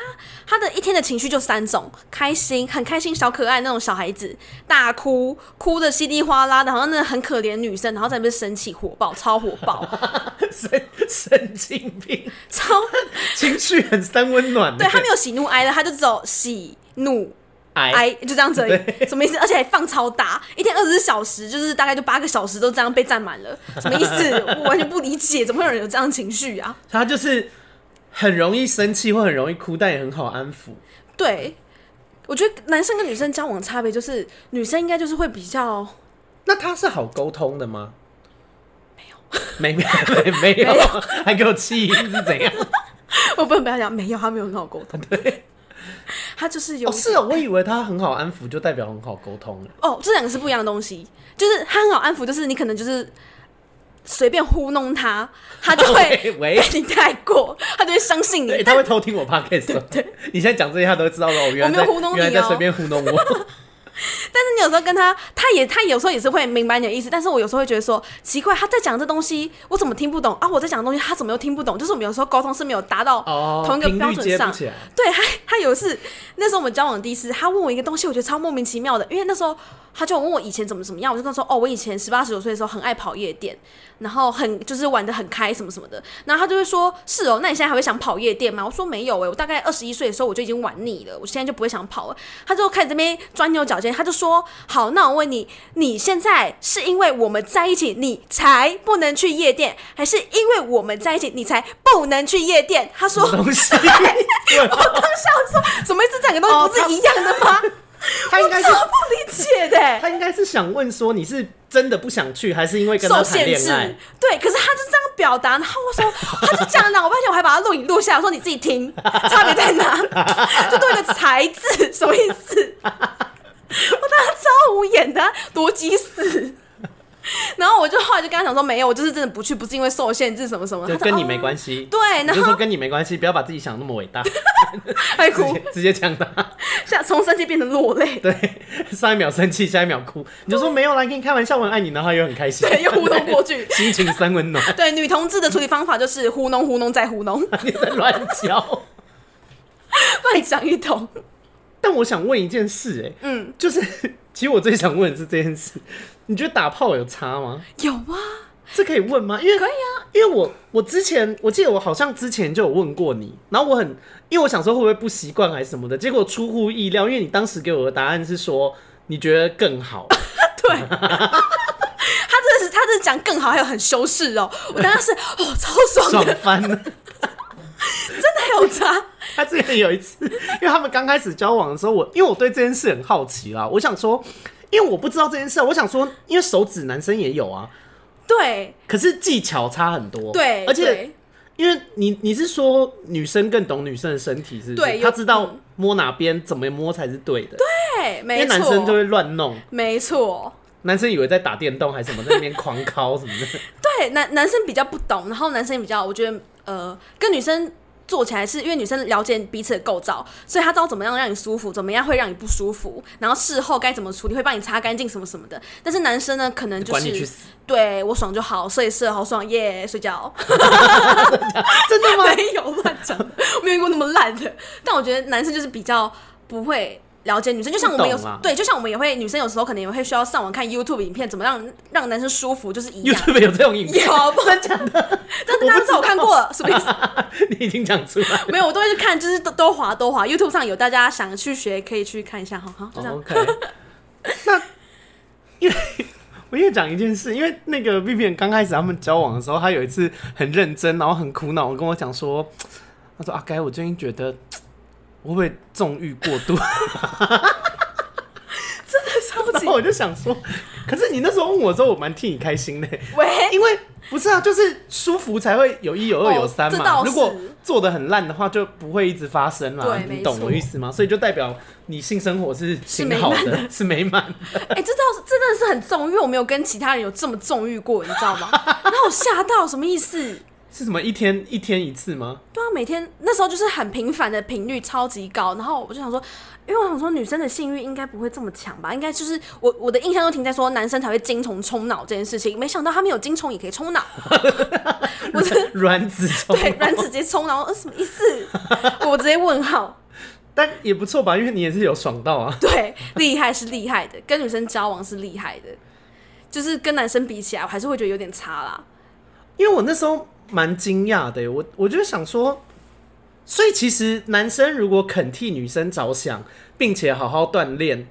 他他的一天的情绪就三种：开心、很开心、小可爱那种小孩子，大哭，哭的稀里哗啦的，好像那个很可怜女生，然后在那边生气、火爆、超火爆，
神神经病，
超
情绪很三温暖的。
对他没有喜怒哀乐，他就只有喜怒
哎，
哎，就这样子而已，什么意思？而且还放超大，一天二十四小时，就是大概就八个小时都这样被占满了，什么意 思？我完全不理解，怎么会有人有这样的情绪啊？
他就是很容易生气或很容易哭，但也很好安抚。
对，我觉得男生跟女生交往的差别就是，女生应该就是会比较
那他是好沟通的吗？没有，没没没没有，还给我气是怎 样？
我不能不要讲没有，他没有很好沟通。他就是有
哦，是哦，我以为他很好安抚，就代表很好沟通了。
哦，这两个是不一样的东西。就是他很好安抚，就是你可能就是随便糊弄他，他就会
喂哦喂
被你带过，他就会相信你
对，。他会偷听我 podcast 哦。你现在讲这些，他都会知道了。我原来
我没有
在
糊弄你哦
原来在随便糊 弄我。
但是你有时候跟他，他也他有时候也是会明白你的意思，但是我有时候会觉得说奇怪，他在讲这东西，我怎么听不懂啊？我在讲的东西，他怎么又听不懂？就是我们有时候沟通是没有达到
哦，
同一个
频率
标准
接
上
不。起来。
对他，他有一次，那时候我们交往第一次，他问我一个东西，我觉得超莫名其妙的，因为那时候他就问我以前怎么怎么样，我就跟他说，哦，我以前十八十九岁的时候很爱跑夜店，然后很就是玩的很开什么什么的，然后他就会说，是哦，那你现在还会想跑夜店吗？我说没有诶、我大概二十一岁的时候我就已经玩腻了，我现在就不会想跑了。他就开始这边钻牛角尖，他就说，好，那我问你，你现在是因为我们在一起你才不能去夜店，还是因为我们在一起你才不能去夜店？他说
什么东 西？
我刚想说，怎么一直讲个东西不是一样的吗？
哦他应
我
该
超
是
不理解的、
他应该是想问说，你是真的不想去，还是因为跟
受
他谈
限
恋
制
爱？，
对，可是他就这样表达，然后我说，他就讲了，我半天我还把他录影录下来，我说你自己听，差别在哪？就多一个才字，什么意思？我当时超无言的啊，逻辑死。然后我就后来就跟他讲说，没有，我就是真的不去，不是因为受限制什么什么，
就
他说
跟你没
哦
关系。
对，
你
然
就说
后
跟你没关系，不要把自己想那么伟大，直
还 哎哭，
接直接呛他。
下从生气变成落泪，
对， 上一秒生气，下一秒哭，你就说没有啦，跟你开玩笑，我很爱你，然后他又很开心，
对，又互动过去。
心情三温暖，
对，女同志的处理方法就是糊弄、糊弄再糊弄，
你在乱教。
乱讲一通。
但我想问一件事、哎，
嗯，
就是其实我最想问的是这件事，你觉得打炮有差吗？
有啊，
这可以问吗？因为
可以啊。
因为我我之前我记得我好像之前就有问过你，然后我很因为我想说会不会不习惯还是什么的，结果出乎意料，因为你当时给我的答案是说你觉得更 好，
对，他真的是，他真的讲更好，还有很修饰哦。我当时是哦，超爽
爽
的，
翻了。
真的有差。
他之前有一次，因为他们刚开始交往的时候，我因为我对这件事很好奇啦，我想说，因为我不知道这件事，我想说，因为手指男生也有啊，
对
可是技巧差很多，
对，
而且
对
因为你你是说女生更懂女生的身体，是不
对
是？
有嗯
她知道摸哪边怎么摸才是对的，对，因
对，
为
哎没
男生就
错，
会乱弄，
没错。
男生以为在打电动还是什么，在那边狂敲什么的，
对，男男生比较不懂，然后男生也比较，我觉得呃，跟女生做起来是因为女生了解彼此的构造，所以她知道怎么样让你舒服，怎么样会让你不舒服，然后事后该怎么处理，会帮你擦干净什么什么的。但是男生呢，可能就
管你去
是
死，
对我爽就好，射一射好爽耶睡觉。
真的吗？
没有乱讲，我没有遇过那么烂的。但我觉得男生就是比较不会了解女生，就像我们有
不懂啊
对，就像我们也会女生有时候可能也会需要上网看 YouTube 影片，怎么让让男生舒服，就是一样。
YouTube 有这种影片，
有，不能讲的，但是大家知道我看过了，什么意思？
你已经讲出来了。
没有，我都会去看，就是都都滑都滑。YouTube 上有大家想去学，可以去看一下，哈哈，就这样。
o k 哦那因为我也讲一件事，因为那个 Vivian 刚开始他们交往的时候，她有一次很认真，然后很苦恼，跟我讲说，她说阿该，我最近觉得我会不会纵欲过度？
超
然
级
后我就想说，可是你那时候问我的时候，我蛮替你开心的，
喂，
因为不是啊，就是舒服才会有一有二
哦
有三
这
嘛。
倒是
如果做的很烂的话，就不会一直发生啦
对。
你
没
懂
错
我意思吗？所以就代表你性生活是挺
美
好
满
的，是美满。
哎、这倒是真的是很重，因为我没有跟其他人有这么重遇过，你知 道吗？然后我吓到，什么意思？
是什么一天一天一次吗？
对啊，每天那时候就是很频繁的频率超级高，然后我就想说，因为我想说女生的性欲应该不会这么强吧，应该就是我我的印象都停在说男生才会精虫充脑这件事情，没想到他们有精虫也可以充脑，我是
卵子冲
对卵子直接充脑，呃什么意思？我直接问号，
但也不错吧，因为你也是有爽到 啊。
对，厉害是厉害的，跟女生交往是厉害的，就是跟男生比起来，我还是会觉得有点差啦。
因为我那时候蛮惊讶的耶，我我就想说，所以其实男生如果肯替女生着想，并且好好锻炼，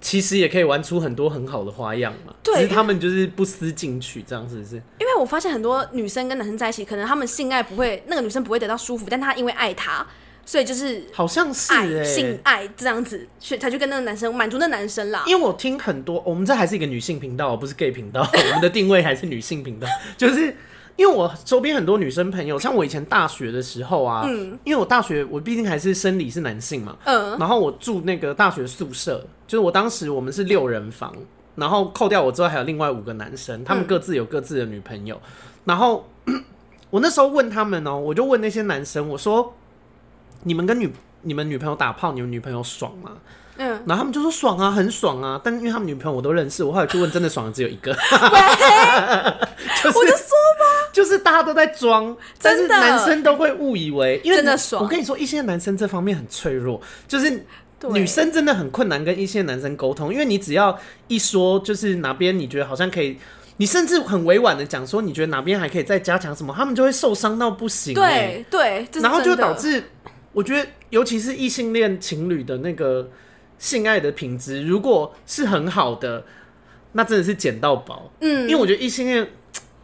其实也可以玩出很多很好的花样嘛。
对
只是他们就是不思进取，这样是不是？
因为我发现很多女生跟男生在一起，可能他们性爱不会，那个女生不会得到舒服，但她因为爱他，所以就是
好像是
爱、
哎、
性爱这样子，去他就跟那个男生满足那男生啦。
因为我听很多，我们这还是一个女性频道，不是 gay 频道， 我们的定位还是女性频道，就是。因为我周边很多女生朋友，像我以前大学的时候啊，因为我大学我毕竟还是生理是男性嘛，
嗯，
然后我住那个大学宿舍，就是我当时我们是六人房，然后扣掉我之后还有另外五个男生，
嗯
他们各自有各自的女朋友。然后 我那时候问他们哦、我就问那些男生，我说：“你们跟女你们女朋友打炮，你们女朋友爽吗？”
嗯，
然后他们就说爽啊，很爽啊。但因为他们女朋友我都认识，我后来去问，真的爽的只有一个。 就是
我就说
就是大家都在装，但是
真的
男生都会误以为，因为
真的爽
我跟你说，一些男生这方面很脆弱，就是
对
女生真的很困难跟一些男生沟通，因为你只要一说，就是哪边你觉得好像可以。你甚至很委婉的讲说，你觉得哪边还可以再加强什么，他们就会受伤到不行、欸。
对对，这是
然后就
真的
导致，我觉得尤其是异性恋情侣的那个性爱的品质，如果是很好的，那真的是捡到宝。
嗯
因为我觉得异性恋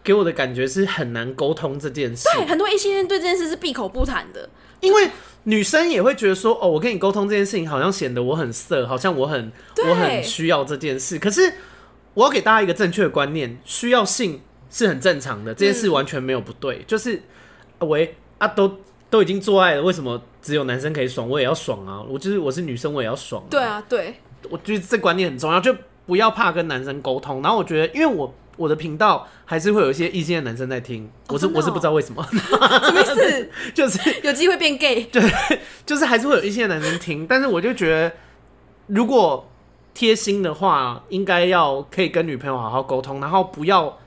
给我的感觉是很难沟通这件事，
对很多异性恋对这件事是闭口不谈的。
因为女生也会觉得说，哦，我跟你沟通这件事情，好像显得我很色，好像我很
对
我很需要这件事。可是我要给大家一个正确的观念，需要性是很正常的，这件事完全没有不
嗯
对。就是啊喂啊，都都已经做爱了，为什么只有男生可以爽？我也要爽啊！我就是我是女生，我也要爽、啊。
对啊，对，
我觉得这观念很重要，就不要怕跟男生沟通。然后我觉得，因为我我的频道还是会有一些异性的男生在听，我
哦
是、
真的
我
哦
是不知道为什么，
什么意思？
就是
有机会变 gay？
就是还是会有一些男生听，但是我就觉得，如果贴心的话，应该要可以跟女朋友好好沟通，然后不要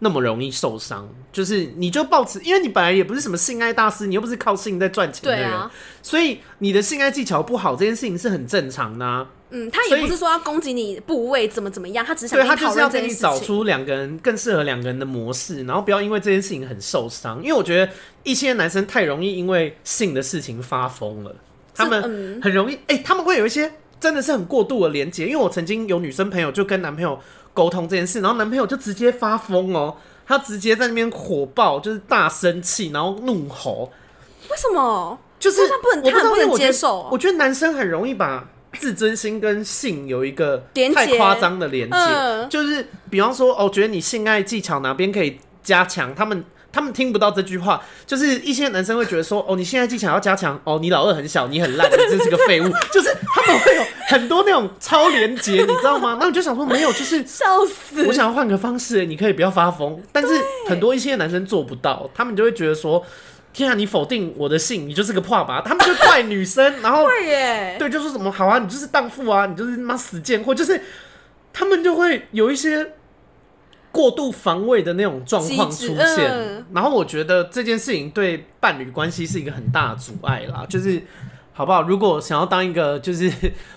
那么容易受伤。就是你就抱持，因为你本来也不是什么性爱大师，你又不是靠性在赚钱的
对
人，
啊，
所以你的性爱技巧不好这件事情是很正常的、啊。
嗯，他
所
也
以
不是说要攻击你部位怎么怎么样，他只是想
对
跟
他
你
就
讨
是要
论这
跟
件
你
事
找
情。
出两个人更适合两个人的模式，然后不要因为这件事情很受伤。因为我觉得一些男生太容易因为性的事情发疯了，他们
嗯
很容易哎、他们会有一些真的是很过度的连接。因为我曾经有女生朋友就跟男朋友沟通这件事，然后男朋友就直接发疯哦，他直接在那边火爆，就是大生气，然后怒吼，
为什么？
就是
那他不能
我不知
他
道，
很不能
因为我觉得
接受哦
我觉得男生很容易把自尊心跟性有一个
连结
太夸张的连接，
嗯
就是比方说，哦，觉得你性爱技巧哪边可以加强，他们。他们听不到这句话，就是一些男生会觉得说：“哦，你性爱技巧要加强，哦，你老二很小，你很烂，你真是个废物。” 就是他们会有很多那种超连结，你知道吗？那我就想说，没有，就是
笑死！
我想要换个方式，你可以不要发疯。但是很多一些男生做不到，他们就会觉得说：“天啊，你否定我的性，你就是个破吧。”他们就怪女生，然后
对耶，
对，就说什么好啊，你就是荡妇啊，你就是他妈死贱货，就是他们就会有一些过度防卫的那种状况
机
出
制
现。
嗯
然后我觉得这件事情对伴侣关系是一个很大的阻碍啦，就是好不好？如果想要当一个就是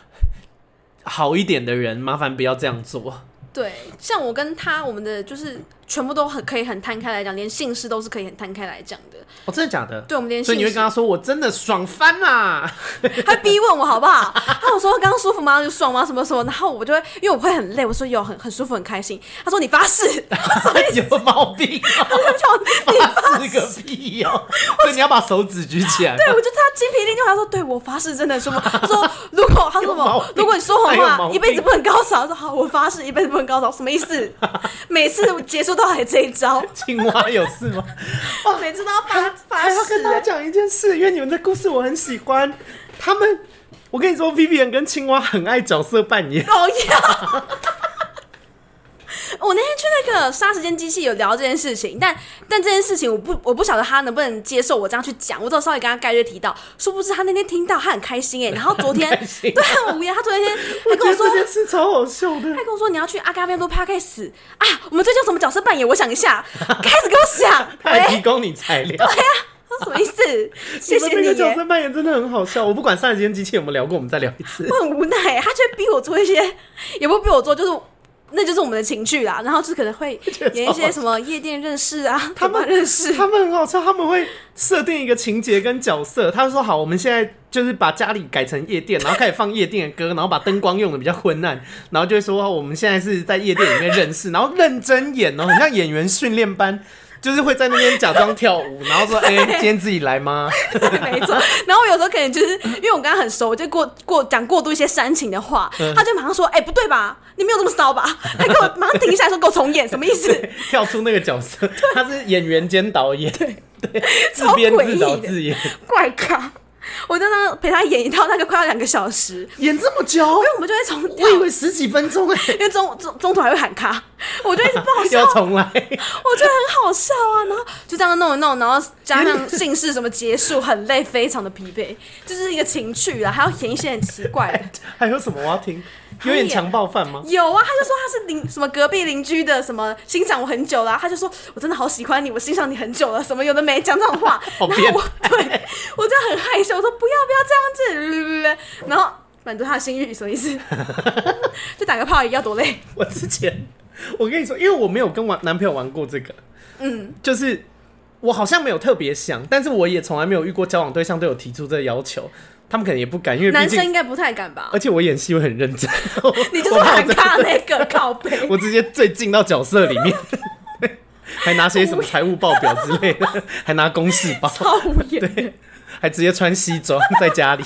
好一点的人，麻烦不要这样做。
对，像我跟他，我们的就是全部都很可以很摊开来讲，连姓氏都是可以很摊开来讲的。
哦，真的假的？
对，我们连
所以
姓
你会
氏
跟他说，我真的爽翻啦！
他逼问我好不好？他我说刚刚舒服吗？有爽吗？什么什么？然后我就会，因为我会很累，我说有，很很舒服，很开心。他说你发誓，
有毛病、哦，
他叫我你
发是个屁哦、所以你要把手指举起来吗。
对，我就他精疲力尽，他说对我发誓真的很舒服。他说如果他说什
有毛
么
病，
如果你说谎
还有毛
话，
病
一辈子不能高潮。我说好，我发誓一辈子不能高潮，什么意思？每次结束都还这一招，
青蛙有事 吗？
每次都要发发
哦还要跟
誓
大家
欸。
讲一件事，因为你们的故事我很喜欢。他们，我跟你说，Vivian 跟青蛙很爱角色扮 演。
哦呀！我那天去那个杀时间机器有聊这件事情，但但这件事情我不我不晓得他能不能接受我这样去讲，我只有稍微跟他概略提到，殊不知他那天听到他很开心哎、然后昨天
很开心
对很无言，他昨天
我觉
还跟我
得
说哎
这件事超好笑的
他。跟我说你要去阿嘎变多 podcast 啊，我们最近有什么角色扮演？我想一下， 开始给我 想，
他还提
喂，
供你材料，
这什么 意思？谢谢
们那个
你
角色
耶，
扮演真的很好笑。我不管上一间机器有没有聊过，我们再聊一次
我。很无奈耶，他却逼我做一些，也不逼我做，就是。那就是我们的情趣啦，然后就是可能会
觉得
演一
超
些
好
什么夜店认识啊，
他
酒吧
们
认识，
他们很好笑，他们会设定一个情节跟角色。他说：“好，我们现在就是把家里改成夜店，然后开始放夜店的歌，然后把灯光用的比较昏暗，然后哦就会说我们现在是在夜店里面认识，然后认真演哦，很像演员训练班。”就是会在那边假装跳舞，然后说：“ 哎、今天自己来吗
没错。然后我有时候可能就是因为我跟他很熟，我就过过讲过度一些煽情的话，
嗯
他就马上说：“哎、不对吧？你没有这么骚吧？”他给我马上停下来说：“给我重演，什么意思？”？”
跳出那个角色，他是演员兼导演，对，自
超
编
诡
自导
异的
自演，
怪咖。我在那陪他演一套，大概快要两个小时，因
演这么久，
为我们就会重 跳
我，以为十几分钟哎、
因为中中中途还会喊咖，我就一直不好笑
要，重来。
我觉得很好笑啊。然后就这样弄一弄，然后加上姓氏什么结束，很累，非常的疲惫，就是一个情趣啦，还要演一些很奇怪的。
还有什么我要听？有点强暴犯吗？
有啊，他就说他是邻什么隔壁邻居的什么欣赏我很久了、他就说我真的好喜欢你，我欣赏你很久了，什么有的没讲这种话，
好
然后
变
我对我就很害羞，我说不要不要这样子，然后满足他的心欲，什么意思？就打个炮也要多累？
我之前，我跟你说，因为我没有跟玩男朋友玩过这个，嗯，就是我好像没有特别想，但是我也从来没有遇过交往对象对我提出这个要求，他们可能也不敢，因为毕
男生
竟，呃
应该不太敢吧
而？且我演戏会很认真，
你就
我怕我
是喊
真的
卡那个靠背，
我直接最进到角色里面， 还拿些什么财务报表之类的，还拿公事包，
超无言的，
还直接穿西装在家里，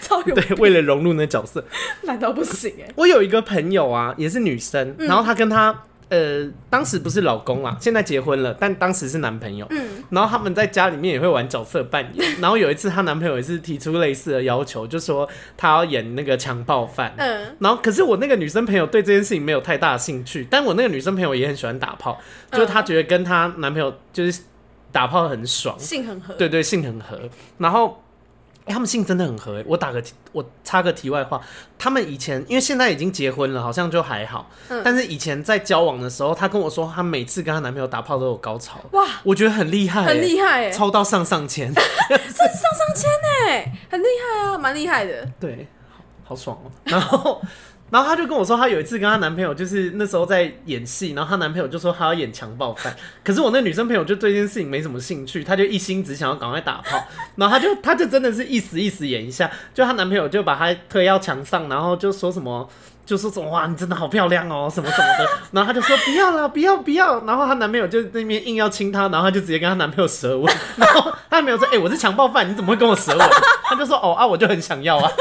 超 有
对，为了融入那角色。
懒到不行哎、
我有一个朋友啊，也是女生，然后她跟她呃，当时不是老公啊啦，现在结婚了，但当时是男朋友。嗯，然后他们在家里面也会玩角色扮演。然后有一次，她男朋友也是提出类似的要求，就说他要演那个强暴犯。
嗯，
然后，可是我那个女生朋友对这件事情没有太大的兴趣，但我那个女生朋友也很喜欢打炮，就是她觉得跟她男朋友就是打炮很爽，
性很合，
对对，性很合。然后、欸他们性真的很合、欸。我打个题我插个题外话，他们以前因为现在已经结婚了，好像就还好。
嗯
但是以前在交往的时候，她跟我说，她每次跟她男朋友打炮都有高潮。
哇，
我觉得很厉害、欸，
很厉害哎、
超到上上签。
哎、很厉害啊，蛮厉 害的，
对，好好爽哦、 然后，然后她就跟我说，她有一次跟她男朋友，就是那时候在演戏，然后她男朋友就说她要演强暴犯， 可是我那女生朋友就对这件事情没什么兴趣，她就一心只想要赶快打炮， 然后她就她就真的是一时一时演一下，就她男朋友就把她推到墙上，然后就说什么。就说什么哇，你真的好漂亮哦，什么什么的，然后她就说不要啦，不要不要，然后她男朋友就那边硬要亲她，然后她就直接跟她男朋友舌吻， 然后她男朋友说，哎、我是强暴犯，你怎么会跟我舌吻？她就说哦啊，我就很想要啊，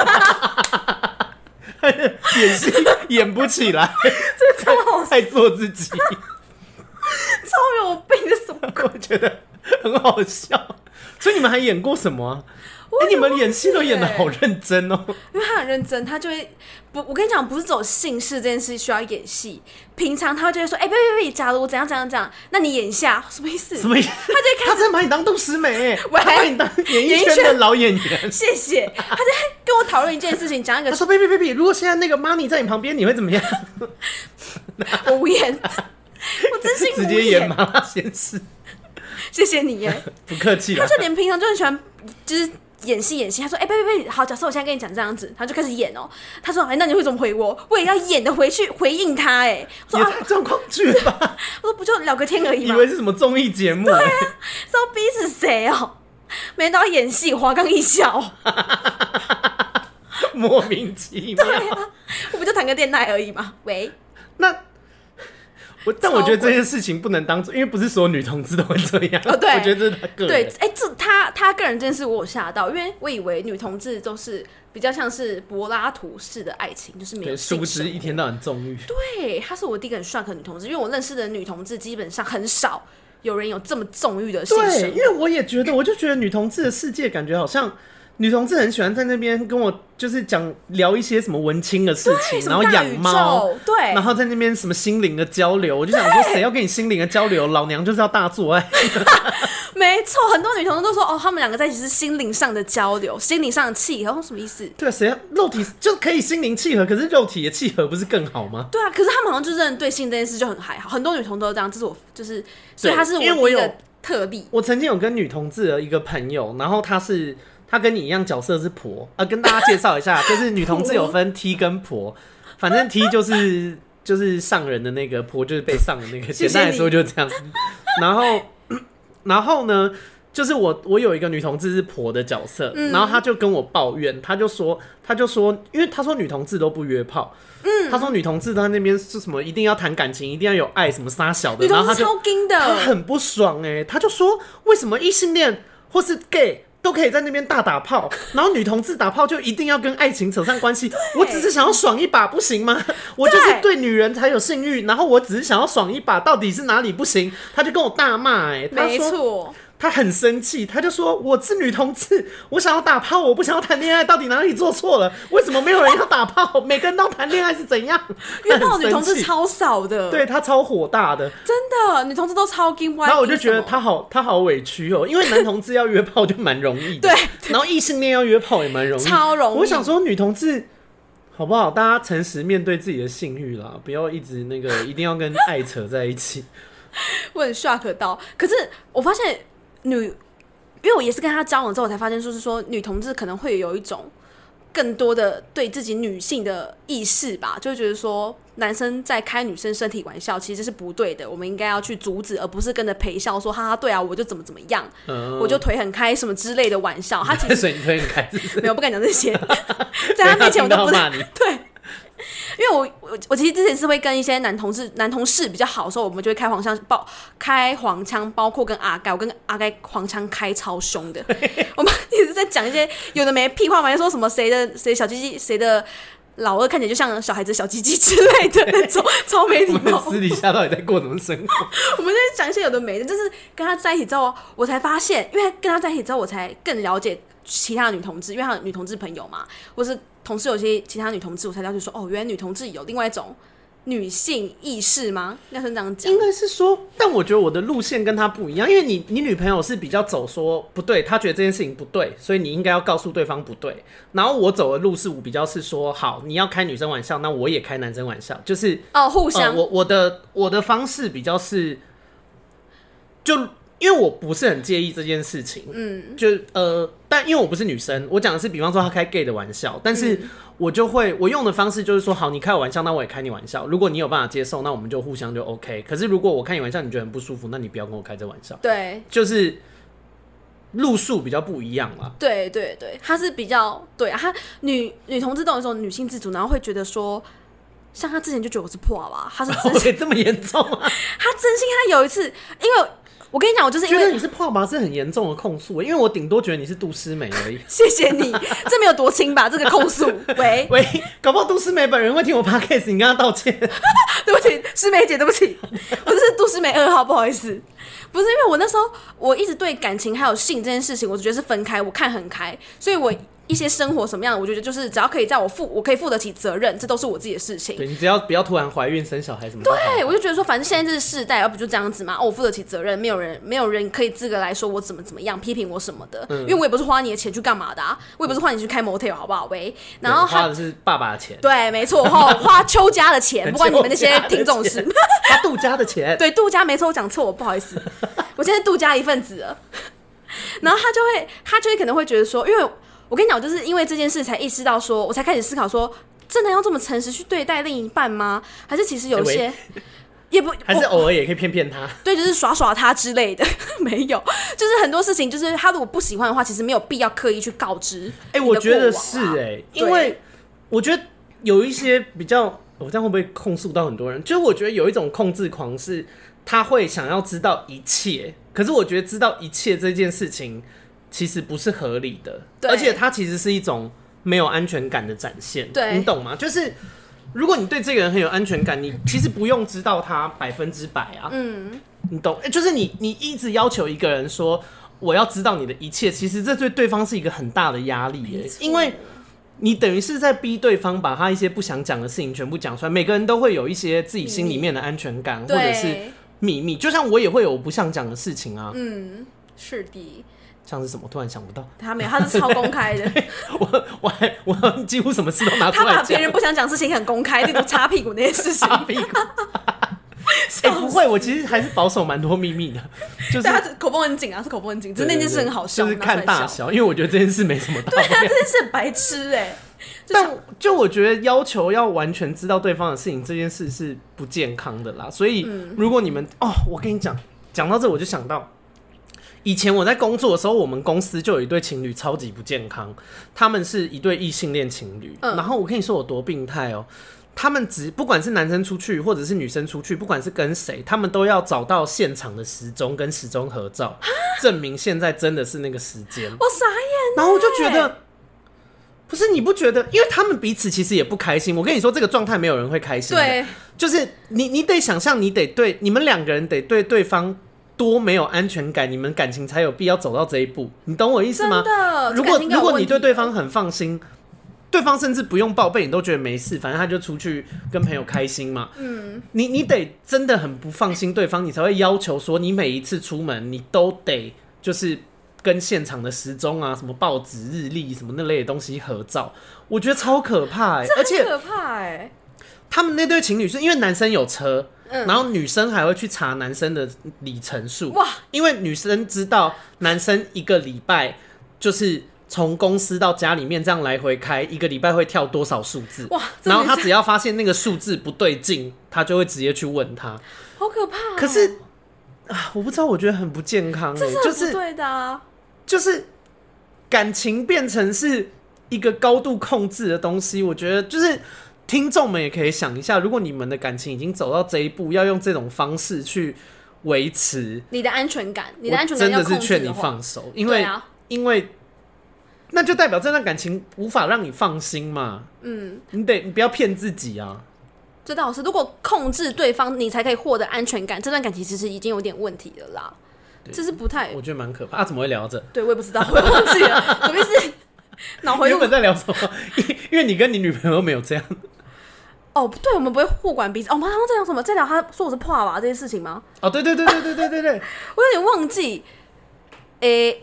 演戏 演不起 来，
这超好，
太做自 己，
超有病，这什么？
我觉得很好笑。所以你们还演过什么啊？
我
哎、你们
也忘
演戏都
记
演的
了
好认真哦、
因为他很认真，他就会不，我跟你讲，不是走姓氏这件事需要演戏，平常他就会说，哎、别别别，假如我怎样怎样怎样，那你演一下，什么意思？
什么意思？
他就会
他真的把你当杜诗梅、欸，
喂
他把你当演艺
演艺
圈的
圈
老演员。
谢谢，他就会跟我讨论一件事情，讲一个
他说：“baby baby，如果现在那个 money 在你旁边，你会怎么样
我无言，我真？”心
直
无
接演
言，
麻辣鲜师，
谢谢你耶，
不客气
他
了。
就连平常就很喜欢，就是。演戏演戏，他说：“哎、别别别，好，假设我现在跟你讲这样子，他就开始演哦、他说：“哎、那你会怎么回我？我也要演的回去回应他、哎，我
也
说、啊哎
太状况剧了吧？：“
我说不就聊个天而已
以
嘛。”
为是什么综艺节目、欸？
啊知道逼死谁哦？没到演戏，华冈 一笑。
莫名其妙。
对啊，我不就谈个恋爱而已嘛。喂，
那我但我
超
觉得这
鬼
件事情不能当做，因为不是所有女同志都会这样。
哦对
我觉得这是他个
对
人。，
哎、这他他个人真的是我有吓到，因为我以为女同志都是比较像是柏拉图式的爱情，就是没有
对，殊
性
不知
生
一
活
天到晚纵欲。
对，她是我第一个很 shock 的女同志，因为我认识的女同志基本上很少有人有这么纵欲的性
对，
生
因
活。
为我也觉得，我就觉得女同志的世界感觉好像。女同志很喜欢在那边跟我就是讲聊一些什么文青的事情，
什
然后
么大
养
宇
猫，
宙？对，
然后在那边什么心灵的交流，我就想说谁要跟你心灵的交流，老娘就是要大做爱。
没错，很多女同志都说哦，她们两个在一起是心灵上的交流，心灵上的契合，什么意思？
对啊，谁要肉体就可以心灵契合，可是肉体也契合不是更好吗？
对啊，可是他们好像就真的对性这件事就很还好，很多女同都这样，这是我就是，所以她是
因为我
我第一
有
个特例。
我曾经有跟女同志的一个朋友，然后她是她跟你一样角色是婆，啊，跟大家介绍一下，就是女同志有分 T 跟婆，反正 T 就是就是上人的那个，婆就是被上的那个，
谢谢
简单来说
你
就这样。然后然后呢，就是我我有一个女同志是婆的角色，
嗯
然后她就跟我抱怨，她就说她就说，因为她说女同志都不约炮，嗯，她说女同志她那边是什么一定要谈感情，一定要有爱什么撒小的，
女
然后
同
她
志
就
超金
她
的，
很不爽哎、她就说为什么异性恋或是 gay 都可以在那边大打炮，然后女同志打炮就一定要跟爱情扯上关系？我只是想要爽一把，不行吗？ 我就是对女人才有性欲，然后我只是想要爽一把，到底是哪里不行？她就跟我大骂哎、她
没
说
错，
她 很生气，她就说我是女同志，我想要打炮，我不想要谈恋爱，到底哪里做错了？为什么没有人要打炮？每个人都谈恋爱是怎样？
约
她
炮
很
女同
生
志
气
超少的，
对她超火大的。
真的，女同志都超金。
然后我就觉得
他
他好，他好委屈哦，因为男同志要约炮就蛮容易的，
对，
然后异性恋要约炮也蛮容易，
超容易
我想说，女同志好不好？大家诚实面对自己的性欲啦，不要一直那个，一定要跟爱扯在一 起。
我很 shock 到，可是我发现女，因为我也是跟她交往之后，我才发现，就是说女同志可能会有一种更多的对自己女性的意识吧，就会觉得说男生在开女生身体玩笑，其实是不对的，我们应该要去阻止，而不是跟着陪笑说哈哈，对啊，我就怎么怎么样，
嗯，
我就腿很开什么之类的玩笑。他其实
所以你推很开心，
没有不敢讲 这些，在啊他面前我都
等
不
一
是
下啊听到骂你。
对，因为我我我其实之前是会跟一些男同志男同事比较好的时候，我们就会开黄腔爆开黄腔，包括跟阿该，我跟阿该黄腔开超凶的，我们一直在讲一些有的没屁话嘛，还说什么谁的谁小鸡鸡谁的。老二看起来就像小孩子小鸡鸡之类的那种，超 没礼
我们
貌。
私底下到底在过什么生活？
我们就是讲一些有的没的，就是跟他在一起之后，我才发现，因为跟他在一起之后，我才更了解其他的女同志，因为他有女同志朋友嘛，或是同事有些其他女同志，我才了解说，哦，原来女同志有另外一种女性意识吗？应该是这样讲
应，该是说，但我觉得我的路线跟他不一样，因为你你女朋友是比较走说不对，她觉得这件事情不对，所以你应该要告诉对方不对。然后我走的路是我比较是说，好，你要开女生玩笑，那我也开男生玩笑，就是
哦，互相，
呃、我我的我的方式比较是，就因为我不是很介意这件事情，嗯，就呃，但因为我不是女生，我讲的是，比方说他开 gay 的玩笑，但是
嗯
我就会我用的方式就是说，好，你开我玩笑，那我也开你玩笑，如果你有办法接受，那我们就互相就 OK。可是如果我开你玩笑，你觉得很不舒服，那你不要跟我开这玩笑，
对
就是路数比较不一样 啦。
对对对，她是比较对啊，她女女同志都有一种女性自主，然后会觉得说。像她之前就觉得我是破娃娃，她是真 心，
会这么严重啊？
她真心，她有一次，因为我跟你讲，我 就是因
觉
为
得你是泡麻是很严重的控诉，欸因为我顶多觉得你是杜诗美而已。
谢谢你，这没有多轻吧？这个控诉，喂，
喂，搞不好杜思梅本人会听我 podcast，你跟他道歉。
对不起，师妹姐，对不起，我这是杜师妹二号，不好意思，不是因为我那时候我一直对感情还有性这件事情，我觉得是分开，我看很开，所以我一些生活什么样的，我觉得就是只要可以在我负，我可以负得起责任，这都是我自己的事情。
对你只要不要突然怀孕生小孩什么的。
对，我就觉得说，反正现在这是世代，要不就这样子嘛。哦，我负得起责任，没有人没有人可以资格来说我怎么怎么样，批评我什么的，
嗯
因为我也不是花你的钱去干嘛的啊，我也不是花你去开 motel 好不好？喂，然后
对花
他
的是爸爸的 钱，
对，没错，花花邱家 的钱，不管你们那些听众是
是，花杜家的钱。
对杜家没错，我讲错，我不好意思， 我现在是杜家一份子了。 然后他就会，他就会可能会觉得说，因为我跟你讲，我就是因为这件事才意识到说，我才开始思考说，真的要这么诚实去对待另一半吗？还是其实有一些
哎
也不
还是
我
偶尔也可以骗骗他，
对，就是耍耍他之类的， 没有，就是很多事情，就是他如果不喜欢的话，其实没有必要刻意去告知
哎、
你的过往啊。
我觉得是哎、因
对
为我觉得有一些比较，我这样会不会控诉到很多人？就是我觉得有一种控制狂是，他会想要知道一切，可是我觉得知道一切这件事情其实不是合理的，
对
而且它其实是一种没有安全感的展现，
对
你懂吗？就是。如果你对这个人很有安全感，你其实不用知道他百分之百啊，
嗯，
你懂？欸就是你你一直要求一个人说我要知道你的一切，其实这对对方是一个很大的压力耶、因为你等于是在逼对方把他一些不想讲的事情全部讲出来。每个人都会有一些自己心里面的安全感，或
对
者是秘密。就像我也会有我不想讲的事情啊，
嗯是的，
像是什么突然想不到，
他没有，他是超公开的。
我我还我几乎什么事都拿
他
出
把
来
别
讲。啊
人不想讲的事情很公开，例如擦屁股那 件事情，
擦屁 股，哎、不会，我其实还是保守蛮多秘密的，就是
对他口风很紧啊，是口风很紧，只是那件事很好笑，
就是看
拿出
大
来笑。
小，因为我觉得这件事没什么大不了。
他真的是很白痴哎、就
但就我觉得要求要完全知道对方的事情这件事是不健康的啦，所以如果你们、哦，我跟你讲，讲到这我就想到，以前我在工作的时候，我们公司就有一对情侣超级不健康，他们是一对异性恋情侣。
嗯
然后我跟你说有多病态哦、他们只不管是男生出去，或者是女生出去，不管是跟谁，他们都要找到现场的时钟跟时钟合照，证明现在真的是那个时间。
我傻眼，
然后我就觉得，不是你不觉得？因为他们彼此其实也不开心。我跟你说，这个状态没有人会开心。，
对，
就是你你得想象，你得对你们两个人得对对方多没有安全感，你们感情才有必要走到这一步。你懂我意思
真
吗？
的。
如
这感
果
情
如
有
果
问
你
题
对对方很放心，对方甚至不用报备，你都觉得没事，反正他就出去跟朋友开心嘛。嗯，你你得真的很不放心对方，你才会要求说你每一次出门你都得就是跟现场的时钟啊、什么报纸、日历什么那类的东西合照，我觉得超可怕、欸。而且
很可怕哎，
他们那对情侣是因为男生有车，
嗯
然后女生还会去查男生的里程数。
哇，
因为女生知道男生一个礼拜就是从公司到家里面这样来回开，一个礼拜会跳多少数字。
哇，这
然后
女
他
生
只要发现那个数字不对劲，他就会直接去问他。
好可怕哦，
可是啊，我不知道，我觉得很不健康、
这
欸，
是很
就
不
是
对的啊，
就是感情变成是一个高度控制的东西，我觉得就是听众们也可以想一下，如果你们的感情已经走到这一步，要用这种方式去维持，
你的安全感，你
我
的安全
真
感要
的
控
是
制
劝你
话，
放手，因
对
为、
啊，
因为那就代表这段感情无法让你放心嘛，
嗯，
你得你不要骗自己啊，
这倒是，如果控制对方，你才可以获得安全感，这段感情其实已经有点问题了啦，这是不太
我觉得蛮可怕啊，怎么会聊到这？
对，我也不知道，我也忘记 了，特别是脑回
原
路
本在聊什么？ 因因为你跟你女朋友没有这样，
哦，不对，我们不会互管彼此。哦，我们刚刚在聊什么？在聊他说我是破娃这件事情吗？
哦，对对对对对对对 对，
我有点忘记。诶、